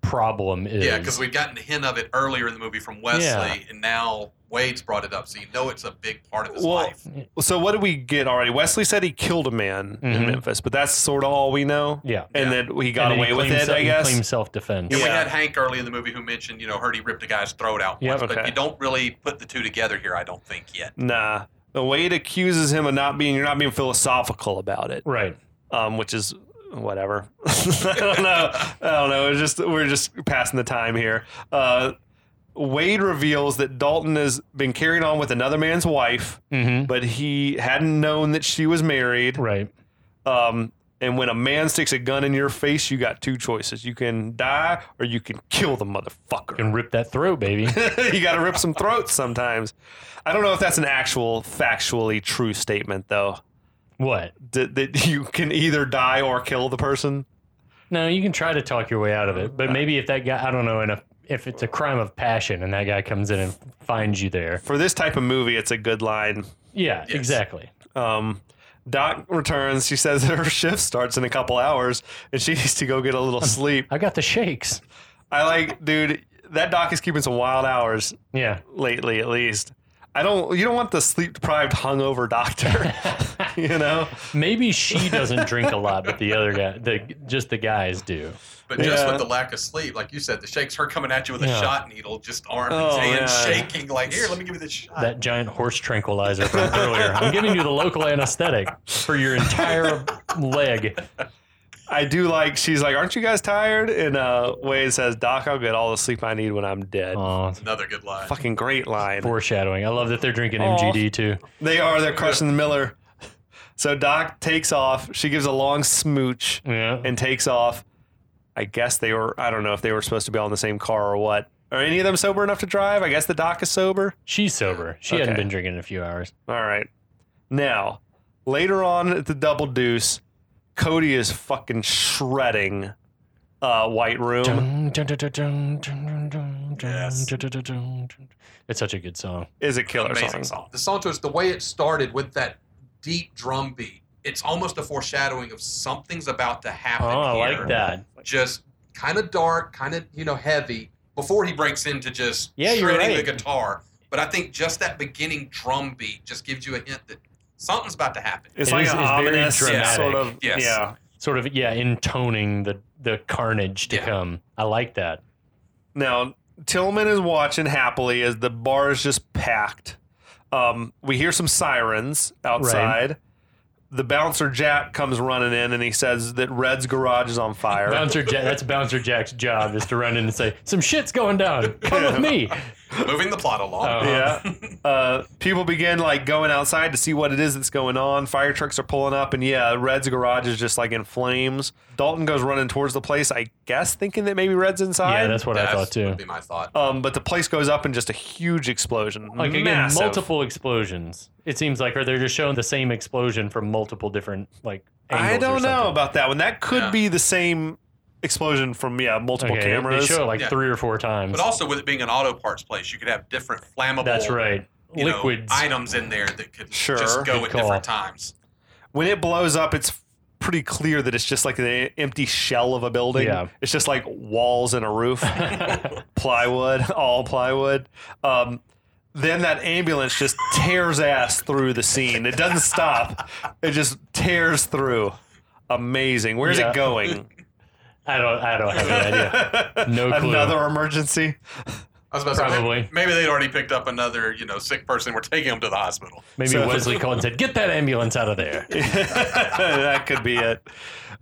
Speaker 2: problem is.
Speaker 4: Yeah, because we'd gotten a hint of it earlier in the movie from Wesley,
Speaker 2: Yeah.
Speaker 4: and now Wade's brought it up, so you know it's a big part of his
Speaker 3: Well,
Speaker 4: life.
Speaker 3: So what did we get already? Wesley said he killed a man in
Speaker 2: Mhm.
Speaker 3: Memphis, but that's sort of all we know.
Speaker 2: Yeah.
Speaker 3: And that he
Speaker 2: And
Speaker 3: got
Speaker 2: then
Speaker 3: away
Speaker 2: he
Speaker 3: with
Speaker 2: claims
Speaker 3: it,
Speaker 2: se-
Speaker 3: I
Speaker 2: he
Speaker 3: guess.
Speaker 2: claims self defense.
Speaker 4: And we
Speaker 3: Yeah.
Speaker 4: had Hank early in the movie who mentioned, you know, heard he ripped a guy's throat out
Speaker 2: Yeah,
Speaker 4: once, but
Speaker 3: okay.
Speaker 4: you don't really put the two together here, I don't think yet.
Speaker 3: Nah. The Wade accuses him of not being you're not being philosophical about it,
Speaker 2: Right.
Speaker 3: um, which is whatever. I don't know. I don't know. It's just we're just passing the time here. Uh, Wade reveals that Dalton has been carrying on with another man's wife,
Speaker 2: Mm-hmm.
Speaker 3: but he hadn't known that she was married.
Speaker 2: Right.
Speaker 3: Um, and when a man sticks a gun in your face, you got two choices: you can die or you can kill the motherfucker.
Speaker 2: Can rip that throat, baby.
Speaker 3: you got to rip some throats sometimes. I don't know if that's an actual, factually true statement, though.
Speaker 2: what?
Speaker 3: That, that you can either die or kill the person.
Speaker 2: No, you can try to talk your way out of it, but maybe if that guy, I don't know, and if, if it's a crime of passion and that guy comes in and finds you there.
Speaker 3: For this type of movie, it's a good line.
Speaker 2: Yeah,
Speaker 4: Yes.
Speaker 2: exactly.
Speaker 3: Um, Doc returns. She says her shift starts in a couple hours, and she needs to go get a little sleep.
Speaker 2: I got the shakes.
Speaker 3: I like, dude, that doc is keeping some wild hours.
Speaker 2: Yeah.
Speaker 3: lately at least. I don't you don't want the sleep deprived hungover doctor. you know?
Speaker 2: Maybe she doesn't drink a lot, but the other guy, the just the guys do.
Speaker 4: But just
Speaker 3: Yeah.
Speaker 4: with the lack of sleep, like you said, the shakes her coming at you with a
Speaker 2: Yeah.
Speaker 4: shot needle, just arm
Speaker 3: Oh,
Speaker 4: and hand
Speaker 3: yeah.
Speaker 4: shaking, like, here, let me give you this shot.
Speaker 2: That giant horse tranquilizer from earlier. I'm giving you the local anesthetic for your entire leg.
Speaker 3: I do like she's like, Aren't you guys tired? And uh Wade says, Doc, I'll get all the sleep I need when I'm dead.
Speaker 2: Oh,
Speaker 4: Another good line.
Speaker 3: Fucking great line.
Speaker 2: foreshadowing. I love that they're drinking
Speaker 3: Aw.
Speaker 2: MGD too.
Speaker 3: They are they're crushing the Miller. So Doc takes off. She gives a long smooch
Speaker 2: Yeah.
Speaker 3: and takes off. I guess they were I don't know if they were supposed to be all in the same car or what. Are any of them sober enough to drive? I guess the doc is sober.
Speaker 2: She's sober. She hadn't
Speaker 3: Okay.
Speaker 2: been drinking in a few hours.
Speaker 3: All right. Now, later on at the double deuce, Cody is fucking shredding uh, White
Speaker 2: Dun,
Speaker 3: Room.
Speaker 2: dun, dun, dun, dun, dun, dun, dun, dun,
Speaker 4: Yes.
Speaker 2: dun, dun, dun, dun, dun. It's such a good song.
Speaker 3: Is a killer song.
Speaker 4: Amazing song. The song to us, the way it started with that deep drum beat, it's almost a foreshadowing of something's about to
Speaker 2: Oh,
Speaker 4: happen.
Speaker 2: I
Speaker 4: here.
Speaker 2: like that.
Speaker 4: just kind of dark, kind of you know heavy before he breaks into just
Speaker 2: Yeah, you're
Speaker 4: shredding
Speaker 2: right.
Speaker 4: the guitar. But I think just that beginning drum beat just gives you a hint that something's about to happen.
Speaker 3: It's
Speaker 2: It
Speaker 3: like
Speaker 2: is-
Speaker 3: an
Speaker 2: it's very
Speaker 3: ominous
Speaker 2: dramatic.
Speaker 3: sort of.
Speaker 4: Yes.
Speaker 3: Yeah.
Speaker 2: Sort of, yeah, intoning the, the carnage to
Speaker 4: Yeah.
Speaker 2: come. I like that.
Speaker 3: Now, Tillman is watching happily as the bar is just packed. Um, we hear some sirens outside. The bouncer Jack comes running in and he says that Red's garage is on fire.
Speaker 2: Bouncer Jack, that's Bouncer Jack's job is to run in and say, Some shit's going down. Come with me.
Speaker 4: Moving the plot along.
Speaker 2: Uh,
Speaker 3: yeah. Uh, people begin like going outside to see what it is that's going on. Fire trucks are pulling up, and yeah, Red's garage is just like in flames. Dalton goes running towards the place, I guess, thinking that maybe Red's inside.
Speaker 2: Yeah, that's what I thought too. Oh.
Speaker 4: Would be my thought.
Speaker 3: um, but the place goes up in just a huge explosion.
Speaker 2: Like again,
Speaker 3: Massive.
Speaker 2: multiple explosions. It seems like, or they're just showing the same explosion from multiple different like. Angles
Speaker 3: I don't
Speaker 2: or something.
Speaker 3: know about that one. That could
Speaker 4: Yeah.
Speaker 3: be the same explosion from yeah multiple
Speaker 2: okay,
Speaker 3: cameras.
Speaker 2: They show it like
Speaker 4: Yeah.
Speaker 2: three or four times.
Speaker 4: But also with it being an auto parts place, you could have different flammable
Speaker 2: That's right.
Speaker 4: you know,
Speaker 2: Liquids.
Speaker 4: items in there that could
Speaker 3: Sure.
Speaker 4: just go
Speaker 2: Good
Speaker 4: at
Speaker 2: call.
Speaker 4: different times.
Speaker 3: when it blows up, it's pretty clear that it's just like an empty shell of a building.
Speaker 2: Yeah.
Speaker 3: It's just like walls and a roof, plywood, all plywood. Um, then that ambulance just tears ass through the scene. It doesn't stop. It just tears through. Amazing. Where's
Speaker 2: Yeah.
Speaker 3: it going?
Speaker 2: I don't. I don't have an idea. No clue.
Speaker 3: Another emergency.
Speaker 4: I was about to say,
Speaker 2: Probably.
Speaker 4: Maybe they'd already picked up another, you know, sick person. We're taking them to the hospital.
Speaker 2: Maybe
Speaker 3: So-
Speaker 2: Wesley called and said, "Get that ambulance out of there."
Speaker 3: that could be it.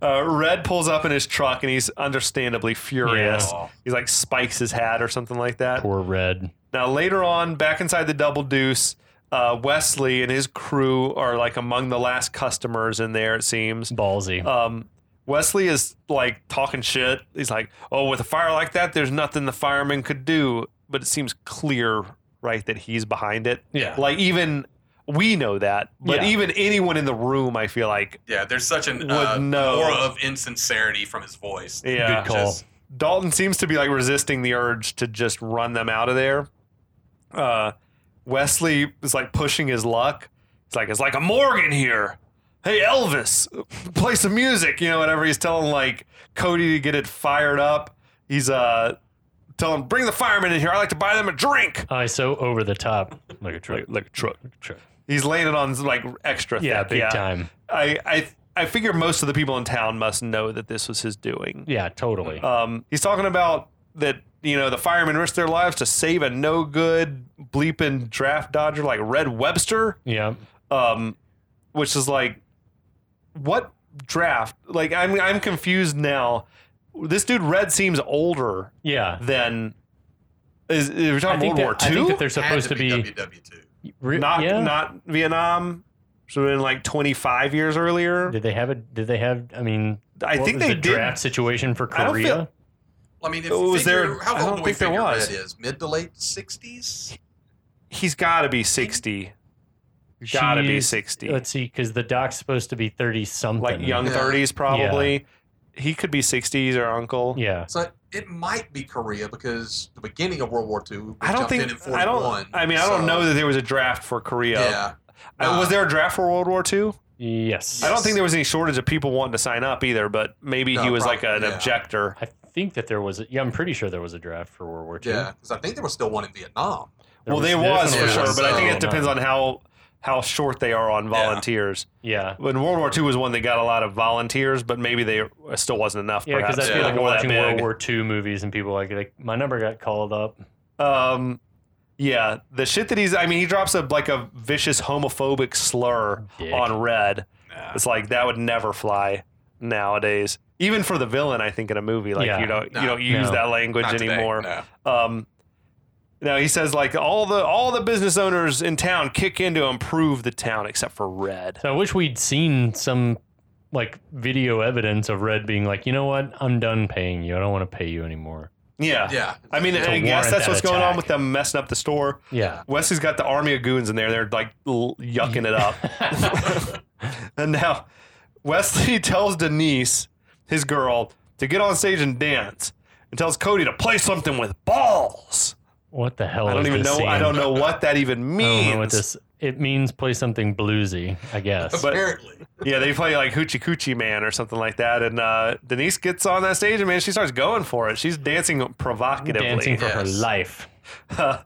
Speaker 3: Uh, Red pulls up in his truck and he's understandably furious.
Speaker 2: Yeah.
Speaker 3: He's like spikes his hat or something like that.
Speaker 2: Poor Red.
Speaker 3: Now later on, back inside the Double Deuce, uh, Wesley and his crew are like among the last customers in there. It seems.
Speaker 2: Ballsy.
Speaker 3: Um, Wesley is like talking shit. He's like, "Oh, with a fire like that, there's nothing the firemen could do." But it seems clear, right, that he's behind it.
Speaker 2: yeah.
Speaker 3: Like even we know that, but
Speaker 2: Yeah.
Speaker 3: even anyone in the room, I feel like,
Speaker 4: Yeah, there's such an
Speaker 3: Would
Speaker 4: uh,
Speaker 3: know.
Speaker 4: aura of insincerity from his voice.
Speaker 3: yeah,
Speaker 2: Good call.
Speaker 4: Just-
Speaker 3: Dalton seems to be like resisting the urge to just run them out of there. Uh, Wesley is like pushing his luck. It's like it's like a Morgan here. Hey Elvis, play some music. You know whatever he's telling like Cody to get it fired up. He's uh telling bring the firemen in here. I like to buy them a drink.
Speaker 2: I so over the top. Like a truck.
Speaker 3: Like a truck.
Speaker 2: truck.
Speaker 3: He's landing on like extra.
Speaker 2: Yeah,
Speaker 3: thick,
Speaker 2: big time.
Speaker 3: I I I figure most of the people in town must know that this was his doing.
Speaker 2: Yeah, totally.
Speaker 3: Um, he's talking about that you know the firemen risked their lives to save a no good bleeping draft dodger like Red Webster,
Speaker 2: yeah.
Speaker 3: um, which is like what draft? Like I'm I'm confused now. This dude Red seems older
Speaker 2: Yeah.
Speaker 3: than is, are we talking World
Speaker 2: that,
Speaker 3: War
Speaker 2: I think
Speaker 3: Two?
Speaker 2: that they're supposed
Speaker 4: had
Speaker 2: to be,
Speaker 4: WW2.
Speaker 2: re-
Speaker 3: Not
Speaker 2: yeah.
Speaker 3: not Vietnam. Should have been like 25 years earlier.
Speaker 2: Did they have a? Did they have? I mean,
Speaker 3: I
Speaker 2: what
Speaker 3: think
Speaker 2: was
Speaker 3: they
Speaker 2: the
Speaker 3: did.
Speaker 2: draft situation for
Speaker 3: I don't feel-
Speaker 2: Korea.
Speaker 4: I mean, if
Speaker 3: Oh,
Speaker 4: you
Speaker 3: was
Speaker 4: figure,
Speaker 3: there- I
Speaker 4: how
Speaker 3: don't
Speaker 4: old do we
Speaker 3: think there
Speaker 4: figure
Speaker 3: was.
Speaker 4: Red is? Mid to late 60s?
Speaker 3: He's got to be 60. Got to be
Speaker 2: She's-
Speaker 3: 60.
Speaker 2: Let's see, because the doc's supposed to be thirty something.
Speaker 3: like young
Speaker 4: Yeah.
Speaker 3: 30s probably. He could be 60s or uncle.
Speaker 2: Yeah.
Speaker 4: So it might be Korea because the beginning of World War II, we
Speaker 3: I don't
Speaker 4: jumped
Speaker 3: think
Speaker 4: in at 41.
Speaker 3: I don't. I mean, I don't
Speaker 4: so-
Speaker 3: know that there was a draft for Korea.
Speaker 4: Yeah.
Speaker 3: Uh, was
Speaker 4: Nah.
Speaker 3: there a draft for World War II?
Speaker 2: Yes.
Speaker 3: I don't
Speaker 4: Yes.
Speaker 3: think there was any shortage of people wanting to sign up either. But maybe
Speaker 4: No,
Speaker 3: he was
Speaker 4: probably-
Speaker 3: like an
Speaker 4: yeah.
Speaker 3: objector.
Speaker 2: I think that there was. A, yeah, I'm pretty sure there was a draft for World War II.
Speaker 4: Yeah, because I think there was still one in Vietnam.
Speaker 2: There
Speaker 3: well, there was
Speaker 2: definitely
Speaker 3: for
Speaker 4: was
Speaker 3: sure, but I think
Speaker 4: some.
Speaker 3: it depends on how how short they are on volunteers.
Speaker 2: Yeah.
Speaker 3: When World War II was one, they got a lot of volunteers, but maybe they it still wasn't enough.
Speaker 2: Yeah, because
Speaker 3: perhaps,
Speaker 2: I
Speaker 3: to
Speaker 2: feel
Speaker 4: Yeah.
Speaker 2: like
Speaker 3: go that
Speaker 2: watching World
Speaker 3: big.
Speaker 2: War II movies and people like, like my number got called up.
Speaker 3: Um, yeah, the shit that he's—I mean, he drops a like a vicious homophobic slur
Speaker 2: Dick.
Speaker 3: on Red.
Speaker 4: Nah.
Speaker 3: It's like that would never fly nowadays, even for the villain. I think in a movie, like
Speaker 2: Yeah.
Speaker 3: you don't
Speaker 4: No,
Speaker 3: you don't use
Speaker 2: no.
Speaker 3: that language
Speaker 4: Not today,
Speaker 3: anymore.
Speaker 4: no.
Speaker 3: Um, now he says like all the all the business owners in town kick in to improve the town except for Red.
Speaker 2: So I wish we'd seen some like video evidence of Red being like, you know what, I'm done paying you. I don't want to pay you anymore.
Speaker 3: Yeah,
Speaker 4: Yeah.
Speaker 3: I mean, I
Speaker 2: warrant
Speaker 3: guess that's
Speaker 2: that
Speaker 3: what's going on
Speaker 2: attack.
Speaker 3: with them messing up the store.
Speaker 2: Yeah.
Speaker 3: Wesley's got the army of goons in there. They're like l- yucking it up. And now Wesley tells Denise, his girl, to get on stage and dance, and tells Cody to play something with balls.
Speaker 2: what Oh, the hell?
Speaker 3: I don't
Speaker 2: is
Speaker 3: even know.
Speaker 2: this Scene?
Speaker 3: I don't know what that even
Speaker 2: I
Speaker 3: means.
Speaker 2: don't know what this. It means play something bluesy, I guess.
Speaker 3: But-
Speaker 4: Apparently.
Speaker 3: Yeah, they play like Hoochie Coochie Man or something like that, and uh, Denise gets on that stage and man, she starts going for it. She's dancing provocatively.
Speaker 2: Dancing for her
Speaker 4: Yes.
Speaker 2: life.
Speaker 3: that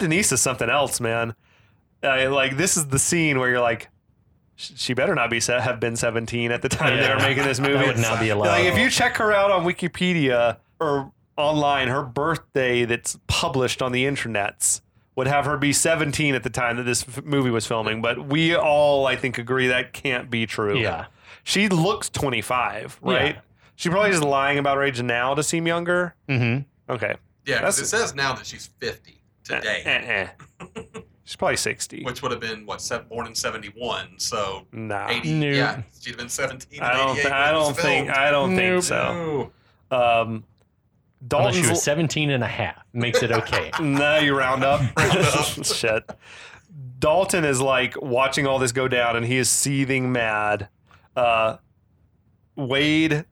Speaker 3: Denise is something else, man. I, like this is the scene where you're like, sh- she better not be se- have been 17 at the time they
Speaker 2: Yeah.
Speaker 3: were making this movie.
Speaker 2: That would not be allowed.
Speaker 3: Like if you check her out on Wikipedia or online, her birthday that's published on the internets would have her be 17 at the time that this f- movie was filming. But we all, I think, agree that can't be true.
Speaker 2: yeah.
Speaker 3: She looks 25, right?
Speaker 2: Yeah.
Speaker 3: She probably is lying about her age now to seem younger.
Speaker 2: Mm-hmm.
Speaker 3: Okay.
Speaker 4: Yeah, 'cause
Speaker 3: That's-
Speaker 4: it says now that she's 50 today,
Speaker 3: Eh, eh, eh. She's probably 60.
Speaker 4: which would have been, what, se- born in 71. So
Speaker 3: Nah.
Speaker 4: 80.
Speaker 2: No.
Speaker 4: Yeah, she'd have been 17.
Speaker 3: Ah, I don't, th- I don't think, I don't think
Speaker 2: Nope.
Speaker 3: so.
Speaker 4: No.
Speaker 3: Um,
Speaker 2: Unless she
Speaker 3: Dalton's,
Speaker 2: was 17 and a half. Makes it okay.
Speaker 3: No, you round up.
Speaker 4: up.
Speaker 3: Shit. Dalton is like watching all this go down and he is seething mad. Uh, Wade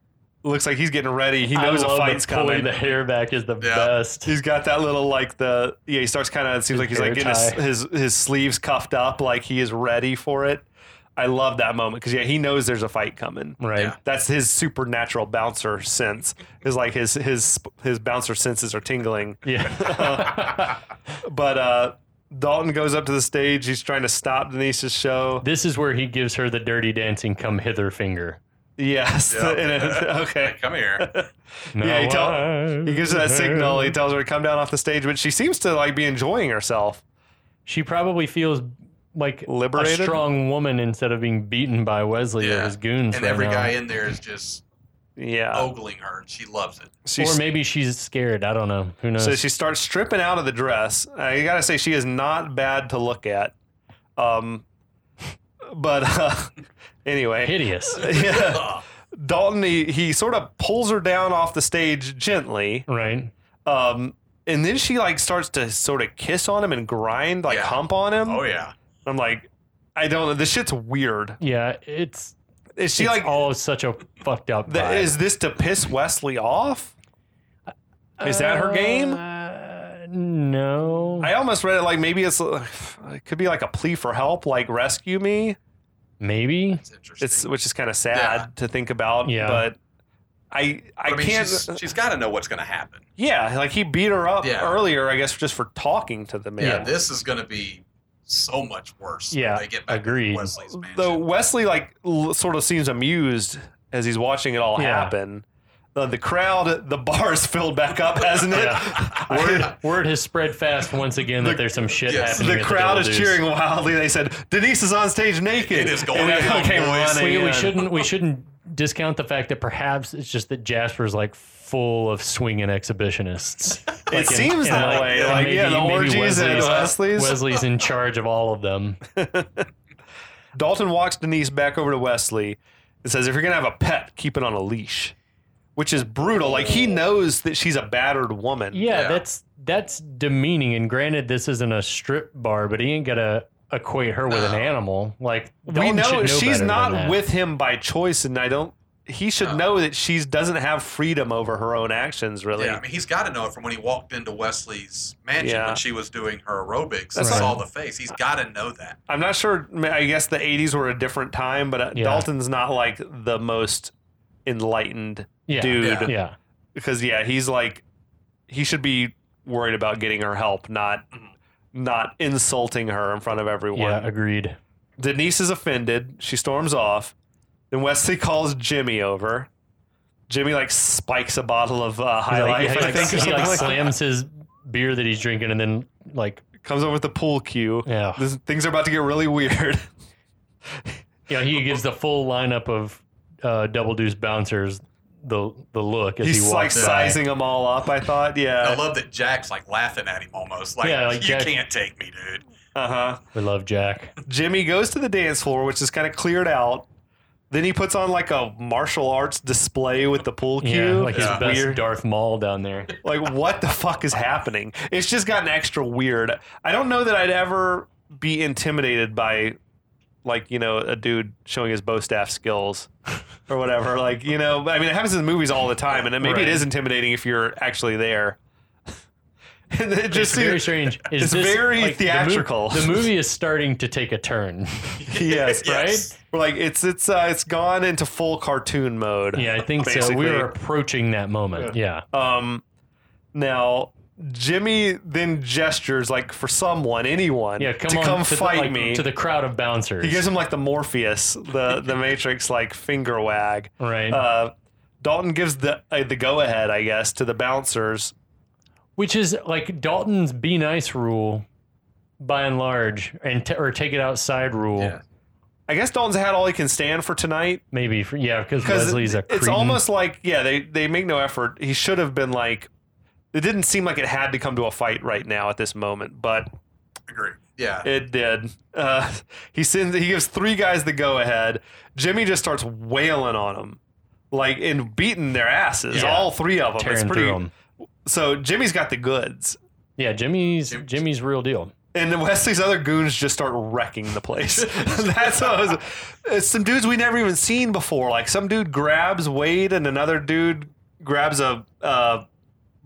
Speaker 3: looks like he's getting ready. He knows
Speaker 2: I
Speaker 3: a
Speaker 2: love the
Speaker 3: fight's
Speaker 2: pulling
Speaker 3: coming.
Speaker 2: The hair back is the
Speaker 4: Yeah.
Speaker 2: best.
Speaker 3: He's got that little like the yeah. He starts kind of. It
Speaker 2: His
Speaker 3: seems like he's like
Speaker 2: hair
Speaker 3: getting his,
Speaker 2: tie.
Speaker 3: his his sleeves cuffed up, like he is ready for it. I love that moment because yeah, he knows there's a fight coming.
Speaker 2: Right.
Speaker 4: Yeah.
Speaker 3: That's his supernatural bouncer sense. Is like his his his bouncer senses are tingling.
Speaker 2: Yeah.
Speaker 3: But uh, Dalton goes up to the stage. He's trying to stop Denise's show.
Speaker 2: this is where he gives her the dirty dancing come hither finger.
Speaker 3: Yes.
Speaker 4: Yeah.
Speaker 3: and it- okay.
Speaker 4: Like, come here.
Speaker 3: Yeah, you tell-
Speaker 2: I-
Speaker 3: He gives her that signal. He tells her to come down off the stage, but she seems to like be enjoying herself.
Speaker 2: She probably feels like a
Speaker 3: Liberated?
Speaker 2: strong woman instead of being beaten by Wesley or
Speaker 4: Yeah.
Speaker 2: his goons.
Speaker 4: And
Speaker 2: right
Speaker 4: every
Speaker 2: now. Uh,
Speaker 4: guy in there is just
Speaker 3: Yeah.
Speaker 2: Oh,
Speaker 4: ogling her, and she loves it.
Speaker 3: She's-
Speaker 2: or maybe she's scared. I don't know. Who knows?
Speaker 3: So she starts stripping out of the dress. I gotta say, she is not bad to look at. Um, but uh, anyway,
Speaker 2: Hideous.
Speaker 3: yeah,
Speaker 4: Ugh.
Speaker 3: Dalton he, he sort of pulls her down off the stage gently,
Speaker 2: Right.
Speaker 3: um, and then she like starts to sort of kiss on him and grind like
Speaker 4: Yeah.
Speaker 3: hump on him.
Speaker 4: Oh yeah.
Speaker 3: I'm like, I don't know. This shit's weird.
Speaker 2: Yeah, it's
Speaker 3: Is she
Speaker 2: it's
Speaker 3: like?
Speaker 2: all such a fucked up.
Speaker 3: th-
Speaker 2: vibe.
Speaker 3: is this to piss Wesley off? is that her game?
Speaker 2: Uh, no.
Speaker 3: I almost read it like maybe it's it could be like a plea for help, like rescue me.
Speaker 2: Maybe.
Speaker 4: It's interesting.
Speaker 3: it's which is kind of sad
Speaker 4: Yeah.
Speaker 3: to think about.
Speaker 2: Yeah.
Speaker 3: But I I,
Speaker 4: But, I mean,
Speaker 3: can't.
Speaker 4: she's,
Speaker 2: uh,
Speaker 4: she's got to know what's going to happen.
Speaker 3: yeah, like he beat her up
Speaker 4: Yeah.
Speaker 3: earlier, I guess, just for talking to the
Speaker 4: Yeah,
Speaker 3: man.
Speaker 4: this is going to be so much worse.
Speaker 2: Yeah,
Speaker 4: when they get back
Speaker 2: agreed.
Speaker 4: to Wesley's mansion.
Speaker 3: Though Wesley like l- sort of seems amused as he's watching it all
Speaker 2: Yeah.
Speaker 3: happen. Uh, The, the crowd, the bar is filled back up, hasn't it?
Speaker 2: Word, word has spread fast once again that there's some shit
Speaker 4: Yes.
Speaker 2: happening.
Speaker 3: the
Speaker 2: at
Speaker 3: crowd
Speaker 2: Double
Speaker 3: is
Speaker 2: Deuce.
Speaker 3: cheering wildly. They said, "Denise is on stage naked."
Speaker 4: It is going
Speaker 3: And they
Speaker 4: down,
Speaker 3: came
Speaker 4: boys.
Speaker 3: running
Speaker 2: We, we
Speaker 3: in.
Speaker 2: shouldn't we shouldn't discount the fact that perhaps it's just that Jasper's like full of swinging exhibitionists.
Speaker 3: It seems that
Speaker 2: like,
Speaker 3: way.
Speaker 2: and
Speaker 3: Like, yeah, the orgies and
Speaker 2: uh,
Speaker 3: Wesley's.
Speaker 2: Wesley's in charge of all of them.
Speaker 3: Dalton walks Denise back over to Wesley and says, If you're going to have a pet, keep it on a leash, which is brutal. Like, he knows that she's a battered woman.
Speaker 2: Yeah,
Speaker 4: Yeah.
Speaker 2: that's that's demeaning. And granted, this isn't a strip bar, but he ain't gonna equate her with an
Speaker 4: No.
Speaker 2: animal. Like
Speaker 3: we
Speaker 2: Dalton should
Speaker 3: know,
Speaker 2: better
Speaker 3: she's
Speaker 2: than
Speaker 3: not
Speaker 2: that.
Speaker 3: with him by choice, and I don't. He should
Speaker 4: No.
Speaker 3: know that she doesn't have freedom over her own actions, really.
Speaker 4: yeah, I mean, he's got to know it from when he walked into Wesley's mansion
Speaker 3: Yeah.
Speaker 4: when she was doing her aerobics and
Speaker 3: That's
Speaker 4: saw
Speaker 2: right.
Speaker 4: the face. He's got to know that.
Speaker 3: I'm not sure. I mean, I guess the 80s were a different time, but uh
Speaker 2: Yeah.
Speaker 3: Dalton's not like the most enlightened
Speaker 2: yeah,
Speaker 3: dude.
Speaker 4: Yeah.
Speaker 2: Yeah,
Speaker 3: because yeah, he's like he should be worried about getting her help, not not insulting her in front of everyone.
Speaker 2: yeah, agreed.
Speaker 3: Denise is offended. She storms off. Then Wesley calls Jimmy over. Jimmy like spikes a bottle of uh,
Speaker 2: He's
Speaker 3: High
Speaker 2: like,
Speaker 3: Life.
Speaker 2: he,
Speaker 3: I
Speaker 2: like,
Speaker 3: think, or
Speaker 2: he,
Speaker 3: something
Speaker 2: like,
Speaker 3: like that.
Speaker 2: slams his beer that he's drinking, and then like
Speaker 3: Comes over with the pool cue.
Speaker 2: yeah,
Speaker 3: This, things are about to get really weird.
Speaker 2: yeah, he gives the full lineup of uh, double deuce bouncers the the look as
Speaker 3: He's
Speaker 2: he
Speaker 3: like
Speaker 2: walks by.
Speaker 3: sizing them all up. I thought,
Speaker 4: I
Speaker 3: yeah,
Speaker 4: love that Jack's like laughing at him almost. Like,
Speaker 2: Uh, Yeah, like
Speaker 4: you
Speaker 2: Jack-
Speaker 4: can't take me, dude.
Speaker 3: uh huh.
Speaker 2: We love Jack.
Speaker 3: Jimmy goes to the dance floor, which is kind of cleared out. Then he puts on like a martial arts display with the pool cue.
Speaker 2: Yeah, like his
Speaker 4: Yeah.
Speaker 2: best
Speaker 3: weird.
Speaker 2: Darth Maul down there.
Speaker 3: Like, what the fuck is happening? It's just gotten extra weird. I don't know that I'd ever be intimidated by, like, you know, a dude showing his bow staff skills or whatever. Like, you know, I mean, it happens in movies all the time, and then maybe
Speaker 2: Right.
Speaker 3: it is intimidating if you're actually there. and it
Speaker 2: It's
Speaker 3: just
Speaker 2: very
Speaker 3: seems,
Speaker 2: strange. Is
Speaker 3: it's
Speaker 2: this,
Speaker 3: very
Speaker 2: like, the mo-
Speaker 3: theatrical.
Speaker 2: The, movie is starting to take a turn,
Speaker 3: yes, right?
Speaker 4: Yes.
Speaker 3: We're like it's it's uh, it's gone into full cartoon mode.
Speaker 2: yeah, I think so.
Speaker 3: Basically.
Speaker 2: We are approaching that moment. Yeah,
Speaker 3: Um, now Jimmy then gestures like for someone, anyone,
Speaker 2: yeah. come
Speaker 3: to
Speaker 2: on,
Speaker 3: come
Speaker 2: to the-
Speaker 3: fight
Speaker 2: like,
Speaker 3: me.
Speaker 2: to the crowd of bouncers.
Speaker 3: he gives him like the Morpheus, the the Matrix like finger wag.
Speaker 2: right,
Speaker 3: Uh, Dalton gives the uh, the go ahead, I guess, to the bouncers.
Speaker 2: which is like Dalton's be nice rule, by and large, and t- or take it outside rule.
Speaker 4: Yeah.
Speaker 3: I guess Dalton's had all he can stand for tonight.
Speaker 2: Maybe for, yeah, because
Speaker 3: because
Speaker 2: Leslie's a
Speaker 3: it's
Speaker 2: cretin.
Speaker 3: almost like yeah they they make no effort he should have been like it didn't seem like it had to come to a fight right now at this moment but
Speaker 4: Agree. Yeah.
Speaker 3: it did uh, he sends he gives three guys the go ahead jimmy just starts wailing on them like and beating their asses
Speaker 2: Yeah.
Speaker 3: all three of them
Speaker 2: tearing
Speaker 3: it's
Speaker 2: through
Speaker 3: pretty
Speaker 2: 'em.
Speaker 3: so jimmy's got the goods
Speaker 2: Yeah, Jimmy's Jimmy's real deal.
Speaker 3: and then Wesley's other goons just start wrecking the place. That's what I was. It's some dudes we never even seen before. Like some dude grabs Wade, and another dude grabs a uh,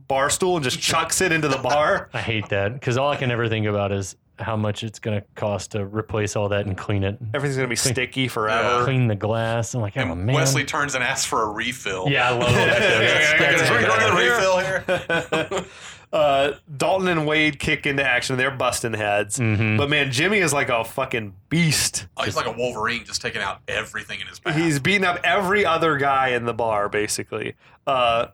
Speaker 3: bar stool and just chucks it into the bar.
Speaker 2: I hate that because all I can ever think about is how much it's going to cost to replace all that and clean it,
Speaker 3: Everything's gonna be sticky forever.
Speaker 2: clean the glass. I'm like, oh
Speaker 4: and
Speaker 2: man.
Speaker 4: Wesley turns and asks for a refill.
Speaker 2: yeah, I love that.
Speaker 4: Yeah,
Speaker 2: That's-
Speaker 4: yeah, yeah,
Speaker 2: that's
Speaker 4: yeah.
Speaker 2: my
Speaker 4: Can we go
Speaker 2: favorite.
Speaker 4: to the refill here?
Speaker 3: uh, Dalton and Wade kick into action. They're busting heads.
Speaker 2: Mhm.
Speaker 3: But man, Jimmy is like a fucking beast.
Speaker 4: Oh, he's like a Wolverine, just taking out everything in his path.
Speaker 3: He's beating up every other guy in the bar, basically. Uh,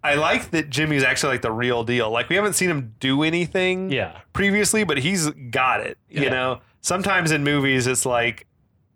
Speaker 3: I like that Jimmy's actually like the real deal. Like we haven't seen him do anything
Speaker 2: Yeah.
Speaker 3: previously, but he's got it. You
Speaker 2: Yeah.
Speaker 3: know, sometimes in movies it's like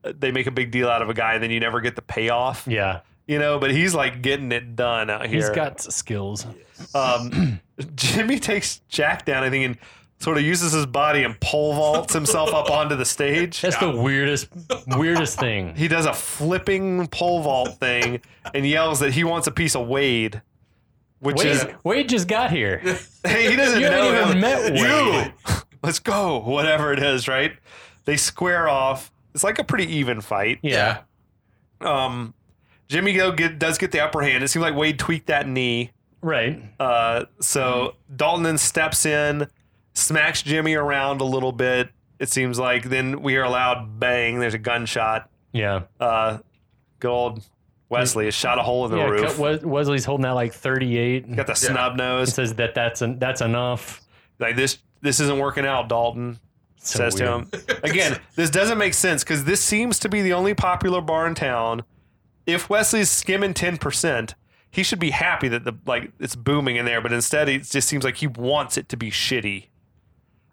Speaker 3: uh, they make a big deal out of a guy and then you never get the payoff.
Speaker 2: Yeah.
Speaker 3: You know, but he's like getting it done out here.
Speaker 2: He's got skills.
Speaker 3: Um, Jimmy takes Jack down, I think, and sort of uses his body and pole vaults himself up onto the stage.
Speaker 2: That's the weirdest, weirdest thing.
Speaker 3: He does a flipping pole vault thing and yells that he wants a piece of Wade, which is
Speaker 2: Wade, Wade just got here.
Speaker 3: hey, he doesn't
Speaker 2: You
Speaker 3: know
Speaker 2: haven't even
Speaker 3: him.
Speaker 2: met Wade.
Speaker 3: You, let's go, whatever it is, right? They square off. It's like a pretty even fight.
Speaker 2: Yeah.
Speaker 3: Um, Jimmy though get, does get the upper hand. It seemed like Wade tweaked that knee.
Speaker 2: Right.
Speaker 3: Uh, so Dalton then steps in, smacks Jimmy around a little bit. It seems like then we hear a loud bang. There's a gunshot.
Speaker 2: Yeah.
Speaker 3: Uh, good old Wesley has shot a hole in the
Speaker 2: yeah.
Speaker 3: roof.
Speaker 2: Wes- Wesley's holding that like 38.
Speaker 3: Got the snub
Speaker 2: He
Speaker 3: nose.
Speaker 2: says that that's en- that's enough.
Speaker 3: Like this, this isn't working out. Dalton
Speaker 2: So
Speaker 3: says
Speaker 2: weird.
Speaker 3: to him again. This doesn't make sense because this seems to be the only popular bar in town. If Wesley's skimming ten percent, he should be happy that the like it's booming in there. But instead, it just seems like he wants it to be shitty.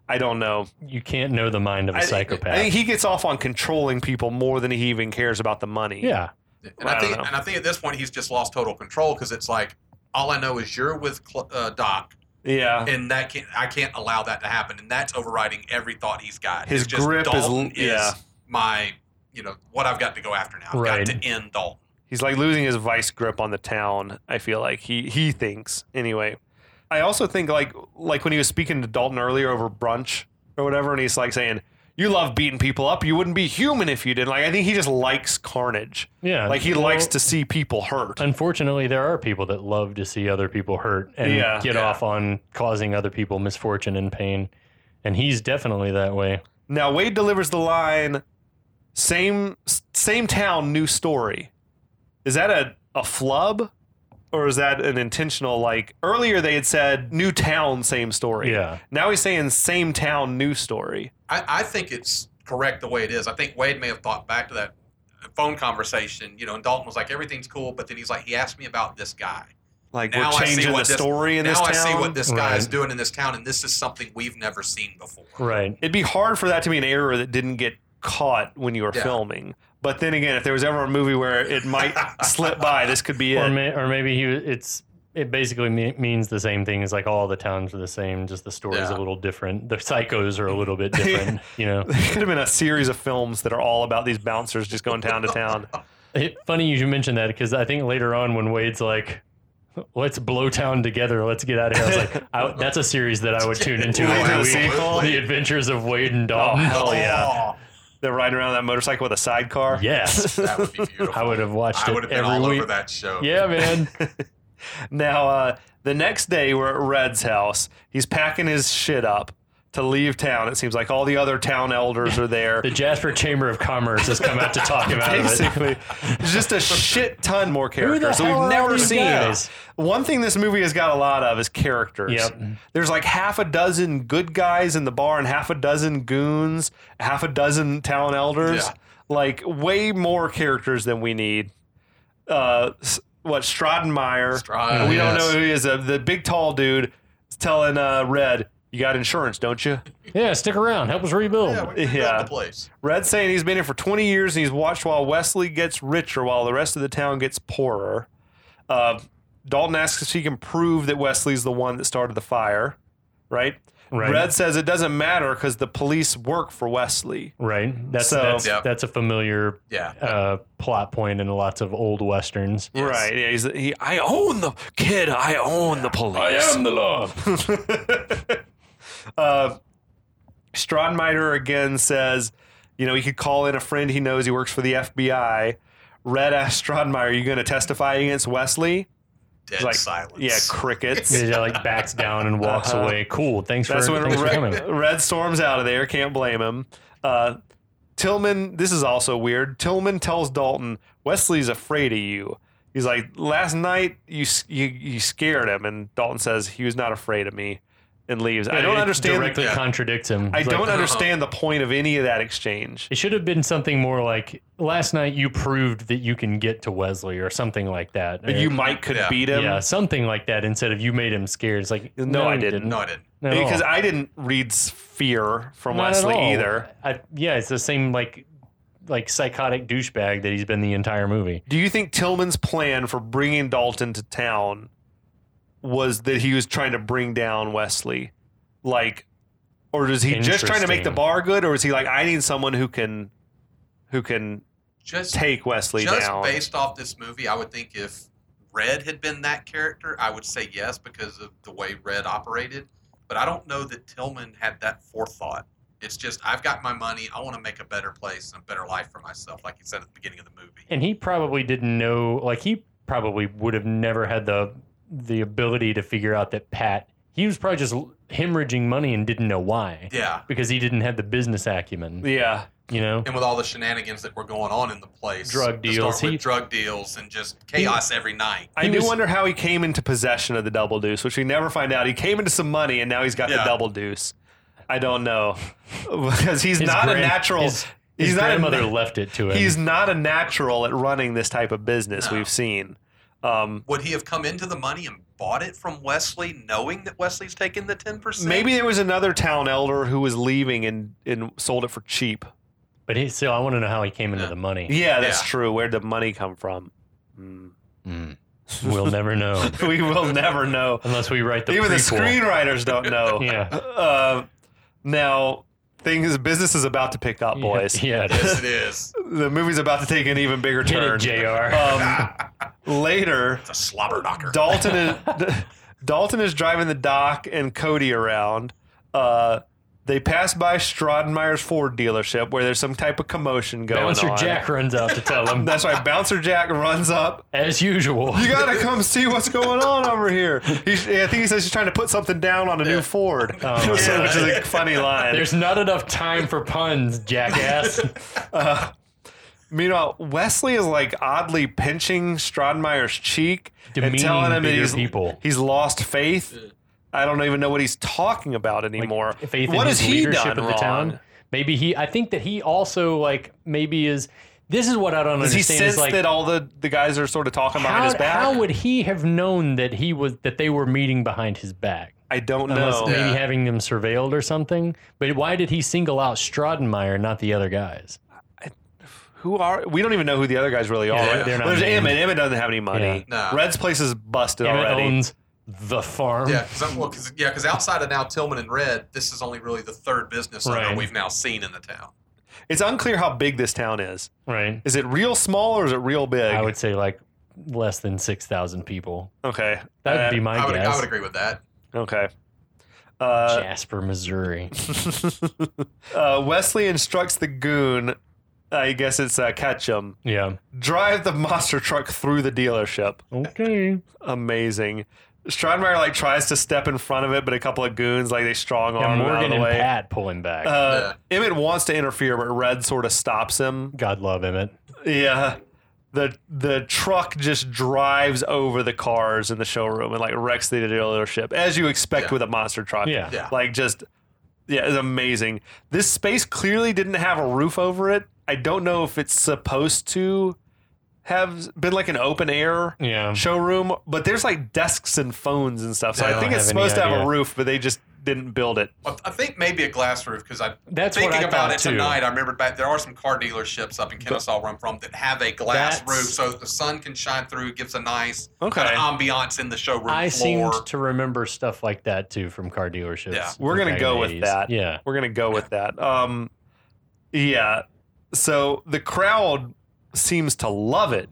Speaker 3: I don't know.
Speaker 2: You can't know the mind of a
Speaker 3: I-
Speaker 2: psychopath.
Speaker 3: I think he gets off on controlling people more than he even cares about the money.
Speaker 2: yeah.
Speaker 4: And
Speaker 3: I
Speaker 4: I,
Speaker 3: don't
Speaker 4: think,
Speaker 3: know.
Speaker 4: and I think at this point he's just lost total control because it's like, all I know is you're with Cl- uh, Doc,
Speaker 3: Yeah.
Speaker 4: and that can't, I can't allow that to happen, and that's overriding every thought he's got.
Speaker 3: His
Speaker 4: It's just
Speaker 3: grip is-
Speaker 4: Dalton
Speaker 3: yeah.
Speaker 4: my, you know, what I've got to go after now. I've
Speaker 2: Right.
Speaker 4: got to end Dalton.
Speaker 3: He's like losing his vice grip on the town, I feel like. He he thinks anyway. I also think like like when he was speaking to Dalton earlier over brunch or whatever, and he's like saying, You love beating people up. You wouldn't be human if you didn't. Like I think he just likes carnage.
Speaker 2: Yeah.
Speaker 3: Like he
Speaker 2: Well,
Speaker 3: likes to see people hurt.
Speaker 2: Unfortunately, there are people that love to see other people hurt and
Speaker 3: Yeah.
Speaker 2: get
Speaker 4: Yeah.
Speaker 2: off on causing other people misfortune and pain. And he's definitely that way.
Speaker 3: Now Wade delivers the line, same same town, new story. Is that a, a flub? Or is that an intentional like earlier they had said new town, same story.
Speaker 2: Yeah.
Speaker 3: Now he's saying same town, new story.
Speaker 4: I, I think it's correct the way it is. I think Wade may have thought back to that phone conversation, you know, and Dalton was like, everything's cool, but then he's like, he asked me about this guy.
Speaker 3: Like
Speaker 4: Now
Speaker 3: we're
Speaker 4: I see
Speaker 3: changing the
Speaker 4: what this-
Speaker 3: story in
Speaker 4: now
Speaker 3: this town.
Speaker 4: I see what this guy is
Speaker 2: Right.
Speaker 4: doing in this town, and this is something we've never seen before.
Speaker 2: Right.
Speaker 3: It'd be hard for that to be an error that didn't get caught when you were
Speaker 4: Yeah.
Speaker 3: filming. But then again, if there was ever a movie where it might slip by, this could be it.
Speaker 2: Or, may, or maybe he it's it basically me- means the same thing as like all the towns are the same, just the story's
Speaker 4: Yeah.
Speaker 2: a little different. The psychos are a little bit different, you know.
Speaker 3: There could have been a series of films that are all about these bouncers just going town to town.
Speaker 2: It, funny you should mention that because I think later on when Wade's like, "Let's blow town together, let's get out of here," I was like, I, "That's a series that I would tune into
Speaker 4: Ooh,
Speaker 2: every week."
Speaker 4: absolutely.
Speaker 2: The Adventures of Wade and Dalton.
Speaker 3: hell yeah.
Speaker 4: Oh,
Speaker 3: They're riding around that motorcycle with a sidecar.
Speaker 2: Yes,
Speaker 4: that would be beautiful.
Speaker 2: I would have watched
Speaker 4: I
Speaker 2: it
Speaker 4: would have been
Speaker 2: every
Speaker 4: all
Speaker 2: week.
Speaker 4: over that show.
Speaker 2: Yeah, man.
Speaker 3: Now, uh, the next day, we're at Red's house. He's packing his shit up to leave town. It seems like all the other town elders are there.
Speaker 2: The Jasper Chamber of Commerce has come out to talk about it.
Speaker 3: Basically, it's just a shit ton more characters
Speaker 2: hell
Speaker 3: that we've
Speaker 2: are all
Speaker 3: never
Speaker 2: these
Speaker 3: seen.
Speaker 2: guys?
Speaker 3: One thing this movie has got a lot of is characters.
Speaker 2: Yep.
Speaker 3: There's like half a dozen good guys in the bar and half a dozen goons, half a dozen town elders.
Speaker 4: Yeah.
Speaker 3: Like way more characters than we need. Uh, s- what Strodenmeyer?
Speaker 2: oh,
Speaker 4: Strodenmeyer,
Speaker 3: we don't
Speaker 4: yes.
Speaker 3: know who he is. Uh, the big tall dude is telling uh, Red, "You got insurance, don't you?"
Speaker 2: Yeah, stick around. Help us rebuild.
Speaker 4: Yeah, we
Speaker 3: Yeah.
Speaker 4: yeah. the place.
Speaker 3: Red's saying he's been here for 20 years and he's watched while Wesley gets richer while the rest of the town gets poorer. Uh, Dalton asks if she can prove that Wesley's the one that started the fire, right?
Speaker 2: Right.
Speaker 3: Red says it doesn't matter because the police work for Wesley.
Speaker 2: Right. That's
Speaker 3: So-
Speaker 2: that's,
Speaker 4: Yep.
Speaker 2: that's a familiar
Speaker 4: Yeah.
Speaker 2: uh, plot point in lots of old westerns.
Speaker 4: Yes.
Speaker 3: Right. Yeah, he's, he, I own the kid. I own the police.
Speaker 2: the law.
Speaker 3: uh, Strodenmeier again says, you know, he could call in a friend he knows. He works for the FBI. Red asks Strodenmeier, are you going to testify against Wesley?
Speaker 4: dead
Speaker 3: like
Speaker 4: silence.
Speaker 3: yeah crickets.
Speaker 2: He like backs down and walks
Speaker 3: Uh-huh.
Speaker 2: away. Cool. Thanks for,
Speaker 3: That's when
Speaker 2: thanks for coming.
Speaker 3: Red, Red Storm's out of there. Can't blame him. Uh, Tillman, this is also weird. Tillman tells Dalton, Wesley's afraid of you. He's like, last night you s- you, you scared him, and Dalton says he was not afraid of me, and leaves. I don't
Speaker 2: It
Speaker 3: understand.
Speaker 2: Directly
Speaker 4: Yeah.
Speaker 2: contradicts him.
Speaker 3: I
Speaker 2: It's like,
Speaker 3: don't understand the point of any of that exchange.
Speaker 2: It should have been something more like last night. You proved that you can get to Wesley or something like that.
Speaker 3: But
Speaker 2: Or-
Speaker 3: you might could
Speaker 4: Yeah.
Speaker 3: beat him.
Speaker 2: yeah, something like that. Instead of you made him scared. It's like
Speaker 3: No, I
Speaker 2: you
Speaker 3: didn't.
Speaker 4: no, I didn't.
Speaker 2: Not at all.
Speaker 3: Because I didn't read s- fear from
Speaker 2: Not at
Speaker 3: Wesley
Speaker 2: all.
Speaker 3: either.
Speaker 2: I, yeah, it's the same like like psychotic douchebag that he's been the entire movie.
Speaker 3: Do you think Tillman's plan for bringing Dalton to town was that he was trying to bring down Wesley? Like, or is he just trying to make the
Speaker 2: Interesting.
Speaker 3: bar good, or is he like, I need someone who can, who can
Speaker 4: Just
Speaker 3: take Wesley
Speaker 4: just
Speaker 3: down?
Speaker 4: based off this movie, I would think if Red had been that character, I would say yes because of the way Red operated. But I don't know that Tillman had that forethought. It's just I've got my money. I want to make a better place and a better life for myself, like you said at the beginning of the movie.
Speaker 2: And he probably didn't know like he probably would have never had the the ability to figure out that Pat he was probably just hemorrhaging money and didn't know why
Speaker 4: yeah,
Speaker 2: because he didn't have the business acumen,
Speaker 3: yeah,
Speaker 2: you know.
Speaker 4: and with all the shenanigans that were going on in the place,
Speaker 2: Drug
Speaker 4: to start
Speaker 2: deals,
Speaker 4: with
Speaker 2: he-
Speaker 4: drug deals, and just chaos every night.
Speaker 3: I
Speaker 2: He
Speaker 3: do
Speaker 2: was-
Speaker 3: wonder how he came into possession of the double deuce, which we never find out. He came into some money, and now he's got the
Speaker 4: Yeah.
Speaker 3: double deuce. I don't know because he's
Speaker 2: His
Speaker 3: not a
Speaker 2: grand-
Speaker 3: natural.
Speaker 2: His,
Speaker 3: he's
Speaker 2: his
Speaker 3: not a
Speaker 2: grandmother
Speaker 3: na-
Speaker 2: left it to him.
Speaker 3: he's not a natural at running this type of business.
Speaker 4: No.
Speaker 3: We've seen. Um,
Speaker 4: Would he have come into the money and bought it from Wesley, knowing that Wesley's taking the ten percent?
Speaker 3: Maybe there was another town elder who was leaving and, and sold it for cheap.
Speaker 2: but he, still, I want to know how he came into
Speaker 4: Yeah.
Speaker 2: the money.
Speaker 3: Yeah, that's
Speaker 4: Yeah.
Speaker 3: true. Where'd the money come from? Hmm.
Speaker 2: Mm. We'll never know
Speaker 3: we will never know.
Speaker 2: unless we write the
Speaker 3: Even the
Speaker 2: prequel.
Speaker 3: screenwriters don't know.
Speaker 2: Yeah.
Speaker 3: Uh, now, things business is about to pick up, boys.
Speaker 2: Yeah, it is.
Speaker 4: yes, it is.
Speaker 3: The movie's about to take an even bigger
Speaker 2: Get it,
Speaker 3: turn.
Speaker 2: JR.
Speaker 3: Um, later,
Speaker 4: It's a slobber knocker.
Speaker 3: Dalton is Dalton is driving the doc and Cody around. Uh, they pass by Strodenmeyer's Ford dealership where there's some type of commotion going
Speaker 2: Bouncer
Speaker 3: on.
Speaker 2: Jack runs out to tell him,
Speaker 3: That's right. Bouncer Jack runs up.
Speaker 2: as usual.
Speaker 3: You gotta come see what's going on over here. He's, I think he says he's trying to put something down on a new Ford,
Speaker 2: Oh, my
Speaker 3: which
Speaker 2: God.
Speaker 3: is a funny line.
Speaker 2: There's not enough time for puns, jackass.
Speaker 3: Meanwhile, Wesley is like oddly pinching Strodenmeyer's cheek and
Speaker 2: Demeaning
Speaker 3: telling him that
Speaker 2: bigger
Speaker 3: he's,
Speaker 2: people.
Speaker 3: he's lost faith. I don't even know what he's talking about anymore.
Speaker 2: Faith in
Speaker 3: what
Speaker 2: his
Speaker 3: has he
Speaker 2: leadership
Speaker 3: done
Speaker 2: of the
Speaker 3: wrong?
Speaker 2: town. Maybe he. I think that he also like maybe is. This is what I don't
Speaker 3: Does he
Speaker 2: understand.
Speaker 3: sense
Speaker 2: is like
Speaker 3: that all the, the guys are sort of talking behind
Speaker 2: how,
Speaker 3: his back?
Speaker 2: how would he have known that he was that they were meeting behind his back?
Speaker 3: I don't
Speaker 2: Unless
Speaker 3: know.
Speaker 2: maybe
Speaker 4: Yeah.
Speaker 2: having them surveilled or something. But why did he single out Strodenmeyer, not the other guys?
Speaker 3: Who are we? Don't even know who the other guys really are.
Speaker 2: they're-
Speaker 3: right?
Speaker 2: they're not
Speaker 3: There's
Speaker 2: named.
Speaker 3: Emmett. Emmett doesn't have any money.
Speaker 4: Yeah. No.
Speaker 3: Red's place is busted
Speaker 2: Emmett
Speaker 3: already.
Speaker 2: owns the farm.
Speaker 4: Yeah, because well, 'cause- yeah, 'cause outside of now Tillman and Red, this is only really the third business owner
Speaker 2: Right.
Speaker 4: we've now seen in the town.
Speaker 3: it's unclear how big this town is.
Speaker 2: Right.
Speaker 3: Is it real small or is it real big?
Speaker 2: I would say like less than six thousand people.
Speaker 3: okay.
Speaker 2: That
Speaker 3: Uh,
Speaker 2: would be my
Speaker 4: I would,
Speaker 2: guess.
Speaker 4: I would agree with that.
Speaker 3: okay. Uh,
Speaker 2: Jasper, Missouri.
Speaker 3: uh, Wesley instructs the goon. I guess it's uh, Ketchum.
Speaker 2: Yeah.
Speaker 3: Drive the monster truck through the dealership.
Speaker 2: Okay.
Speaker 3: Amazing. Stradmeyer like tries to step in front of it, but a couple of goons like they strong
Speaker 2: And
Speaker 3: arm him out of
Speaker 2: Morgan
Speaker 3: the
Speaker 2: and
Speaker 3: way.
Speaker 2: Pat pulling back.
Speaker 3: Uh, Emmett wants to interfere, but Red sort of stops him.
Speaker 2: God love Emmett.
Speaker 3: Yeah. The the truck just drives over the cars in the showroom and like wrecks the dealership, as you expect
Speaker 4: Yeah.
Speaker 3: with a monster truck.
Speaker 2: Yeah.
Speaker 4: Yeah.
Speaker 3: Like just yeah, it's amazing. This space clearly didn't have a roof over it. I don't know if it's supposed to have been like an open air
Speaker 2: Yeah.
Speaker 3: showroom, but there's like desks and phones and stuff. So
Speaker 4: Yeah, Hmm. I
Speaker 3: I
Speaker 4: don't
Speaker 3: think it's
Speaker 2: have any
Speaker 3: supposed to have a
Speaker 2: idea.
Speaker 3: roof, but they just didn't build it.
Speaker 4: I I think maybe a glass roof because I
Speaker 2: That's what
Speaker 4: thinking
Speaker 2: I
Speaker 4: about
Speaker 2: thought,
Speaker 4: it
Speaker 2: too.
Speaker 4: tonight. I remembered back there are some car dealerships up in Kennesaw where I'm from that have a glass
Speaker 2: That's-
Speaker 4: roof so that the sun can shine through, gives a nice
Speaker 3: Okay.
Speaker 4: kind of ambiance in the showroom
Speaker 2: I
Speaker 4: floor.
Speaker 2: seemed to remember stuff like that too from car dealerships.
Speaker 4: Yeah.
Speaker 3: We're gonna
Speaker 2: back in
Speaker 3: go
Speaker 2: the
Speaker 3: with
Speaker 2: 80s.
Speaker 3: that.
Speaker 2: Yeah.
Speaker 3: We're gonna go with that. Um, yeah. So the crowd seems to love it.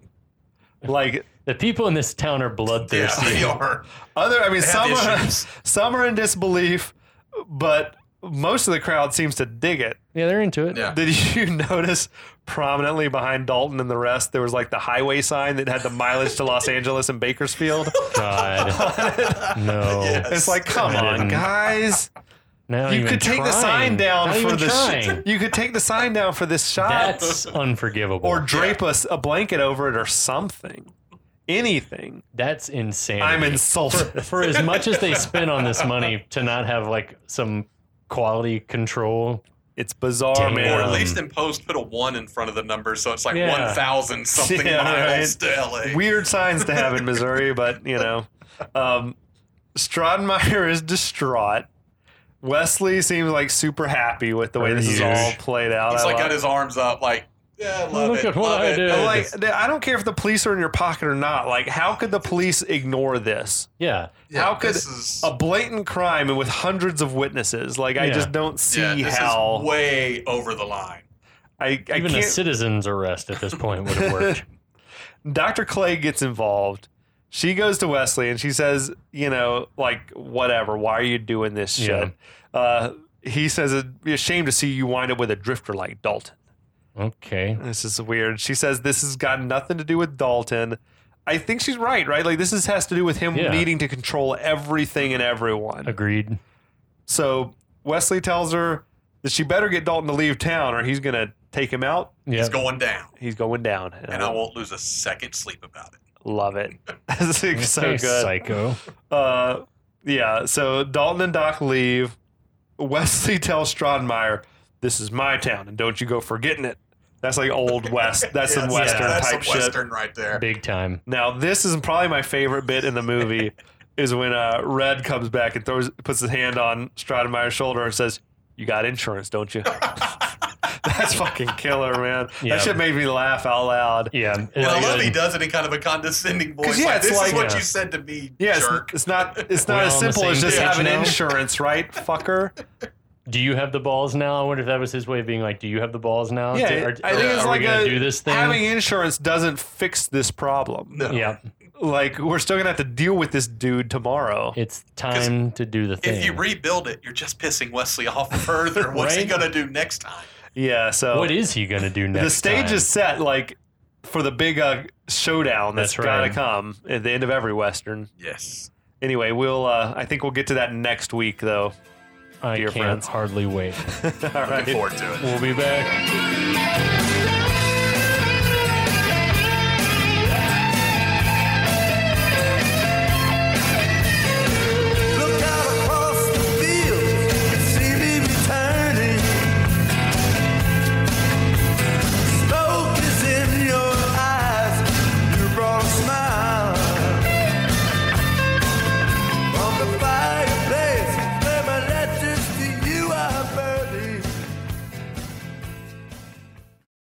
Speaker 3: Like
Speaker 2: The people in this town are
Speaker 4: yeah,
Speaker 2: bloodthirsty.
Speaker 4: they are.
Speaker 3: other, I mean,
Speaker 4: They have
Speaker 3: some are,
Speaker 4: issues.
Speaker 3: some are in disbelief, but most of the crowd seems to dig it.
Speaker 2: Yeah, they're into it.
Speaker 4: Yeah.
Speaker 3: Did you notice prominently behind Dalton and the rest, there was like the highway sign that had the mileage to Los Angeles and Bakersfield.
Speaker 2: God, no.
Speaker 4: Yeah.
Speaker 3: It's like, come
Speaker 2: I
Speaker 3: on,
Speaker 2: didn't-
Speaker 3: guys.
Speaker 2: Not
Speaker 3: You
Speaker 2: even
Speaker 3: could take the
Speaker 2: trying.
Speaker 3: sign down
Speaker 2: Not
Speaker 3: for
Speaker 2: even
Speaker 3: the sh-
Speaker 2: trying.
Speaker 3: you could take the sign down for this shot
Speaker 2: That's unforgivable.
Speaker 3: or drape us a blanket over it or something. Anything.
Speaker 2: That's insanity.
Speaker 3: I'm insulted.
Speaker 2: for as much as they spent on this money to not have like some quality control.
Speaker 3: It's bizarre,
Speaker 2: Damn.
Speaker 4: Or at
Speaker 3: man.
Speaker 4: least in post, put a one in front of the number, so it's like
Speaker 2: Yeah.
Speaker 4: one thousand something
Speaker 3: Yeah,
Speaker 4: miles to LA.
Speaker 3: Weird signs to have in Missouri, but you know. Um Strodmeyer is distraught. Wesley seems like super happy with the way this is
Speaker 2: Huge.
Speaker 3: all played out.
Speaker 4: He's
Speaker 3: I
Speaker 4: like
Speaker 3: love-
Speaker 4: got his arms up, like yeah, I love
Speaker 2: Look
Speaker 4: it,
Speaker 2: at what
Speaker 4: love
Speaker 2: I
Speaker 4: it.
Speaker 2: did.
Speaker 3: I'm like th- I don't care if the police are in your pocket or not. Like, how could the police ignore this?
Speaker 2: Yeah.
Speaker 4: Yeah,
Speaker 3: How could
Speaker 4: this is,
Speaker 3: A blatant crime and with hundreds of witnesses. Like, I
Speaker 2: Yeah.
Speaker 3: just don't see
Speaker 4: yeah, this
Speaker 3: how.
Speaker 4: is way over the line.
Speaker 3: I, I
Speaker 2: Even a
Speaker 3: can't.
Speaker 2: citizen's arrest at this point would have worked.
Speaker 3: Dr. Clay gets involved. She goes to Wesley and she says, you know, like, whatever. Why are you doing this shit? Uh, he says, it'd be a shame to see you wind up with a drifter like Dalton.
Speaker 2: Okay.
Speaker 3: This is weird. She says this has got nothing to do with Dalton. I think she's right, right? Like this is, has to do with him
Speaker 2: Yeah.
Speaker 3: needing to control everything and everyone.
Speaker 2: Agreed.
Speaker 3: So Wesley tells her that she better get Dalton to leave town or he's going to take him out.
Speaker 2: Yeah.
Speaker 4: It's going down,
Speaker 3: He's going down. And,
Speaker 4: and
Speaker 3: I
Speaker 4: I won't lose a second sleep about it.
Speaker 3: love it. this
Speaker 2: Okay,
Speaker 3: is so good.
Speaker 2: Psycho.
Speaker 3: Uh, yeah, so Dalton and Doc leave. Wesley tells Strodmeyer, this is my town and don't you go forgetting it. That's like old West. That's some
Speaker 4: Yes,
Speaker 3: Western
Speaker 4: that's
Speaker 3: type
Speaker 4: some
Speaker 3: shit.
Speaker 4: Western right there.
Speaker 2: Big time.
Speaker 3: Now, this is probably my favorite bit in the movie is when uh, Red comes back and throws puts his hand on Stradmeyer's shoulder and says, "You got insurance, don't you?" That's fucking killer, man.
Speaker 2: Yeah.
Speaker 3: That shit made me laugh out loud.
Speaker 2: Yeah.
Speaker 4: And I love
Speaker 2: good.
Speaker 4: he does it in kind of a condescending
Speaker 3: uh, 'Cause,
Speaker 4: voice.
Speaker 3: yeah,
Speaker 4: like,
Speaker 3: it's
Speaker 4: this
Speaker 3: like,
Speaker 4: is what
Speaker 2: yeah.
Speaker 4: you said to me,
Speaker 3: Yeah, it's,
Speaker 4: jerk.
Speaker 3: it's not it's not
Speaker 2: We're
Speaker 3: as
Speaker 2: all on the
Speaker 3: simple as
Speaker 2: same
Speaker 3: just
Speaker 2: page
Speaker 3: having
Speaker 2: now.
Speaker 3: insurance, right, fucker?
Speaker 2: Do you have the balls now? I wonder if that was his way of being like, "Do you have the balls now?
Speaker 3: Yeah,
Speaker 2: Do- are,
Speaker 3: I think
Speaker 2: are
Speaker 3: it's
Speaker 2: we
Speaker 3: like
Speaker 2: gonna
Speaker 3: a-
Speaker 2: do this thing."
Speaker 3: Having insurance doesn't fix this problem.
Speaker 4: No.
Speaker 2: yeah,
Speaker 3: Like we're still gonna have to deal with this dude tomorrow.
Speaker 2: it's time to do the thing.
Speaker 4: If you rebuild it, you're just pissing Wesley off further. What's he
Speaker 2: Right?
Speaker 4: gonna do next time?
Speaker 3: Yeah, so
Speaker 2: what is he going to do next?
Speaker 3: uh, the stage
Speaker 2: time?
Speaker 3: is set like for the big uh, showdown that's,
Speaker 2: That's
Speaker 3: gotta
Speaker 2: right.
Speaker 3: come at the end of every western.
Speaker 4: Yes.
Speaker 3: Anyway, we'll uh, I think we'll get to that next week though.
Speaker 2: I
Speaker 3: dear
Speaker 2: can't
Speaker 3: friends.
Speaker 2: hardly wait.
Speaker 3: All right,
Speaker 4: Looking forward to it.
Speaker 2: we'll be back.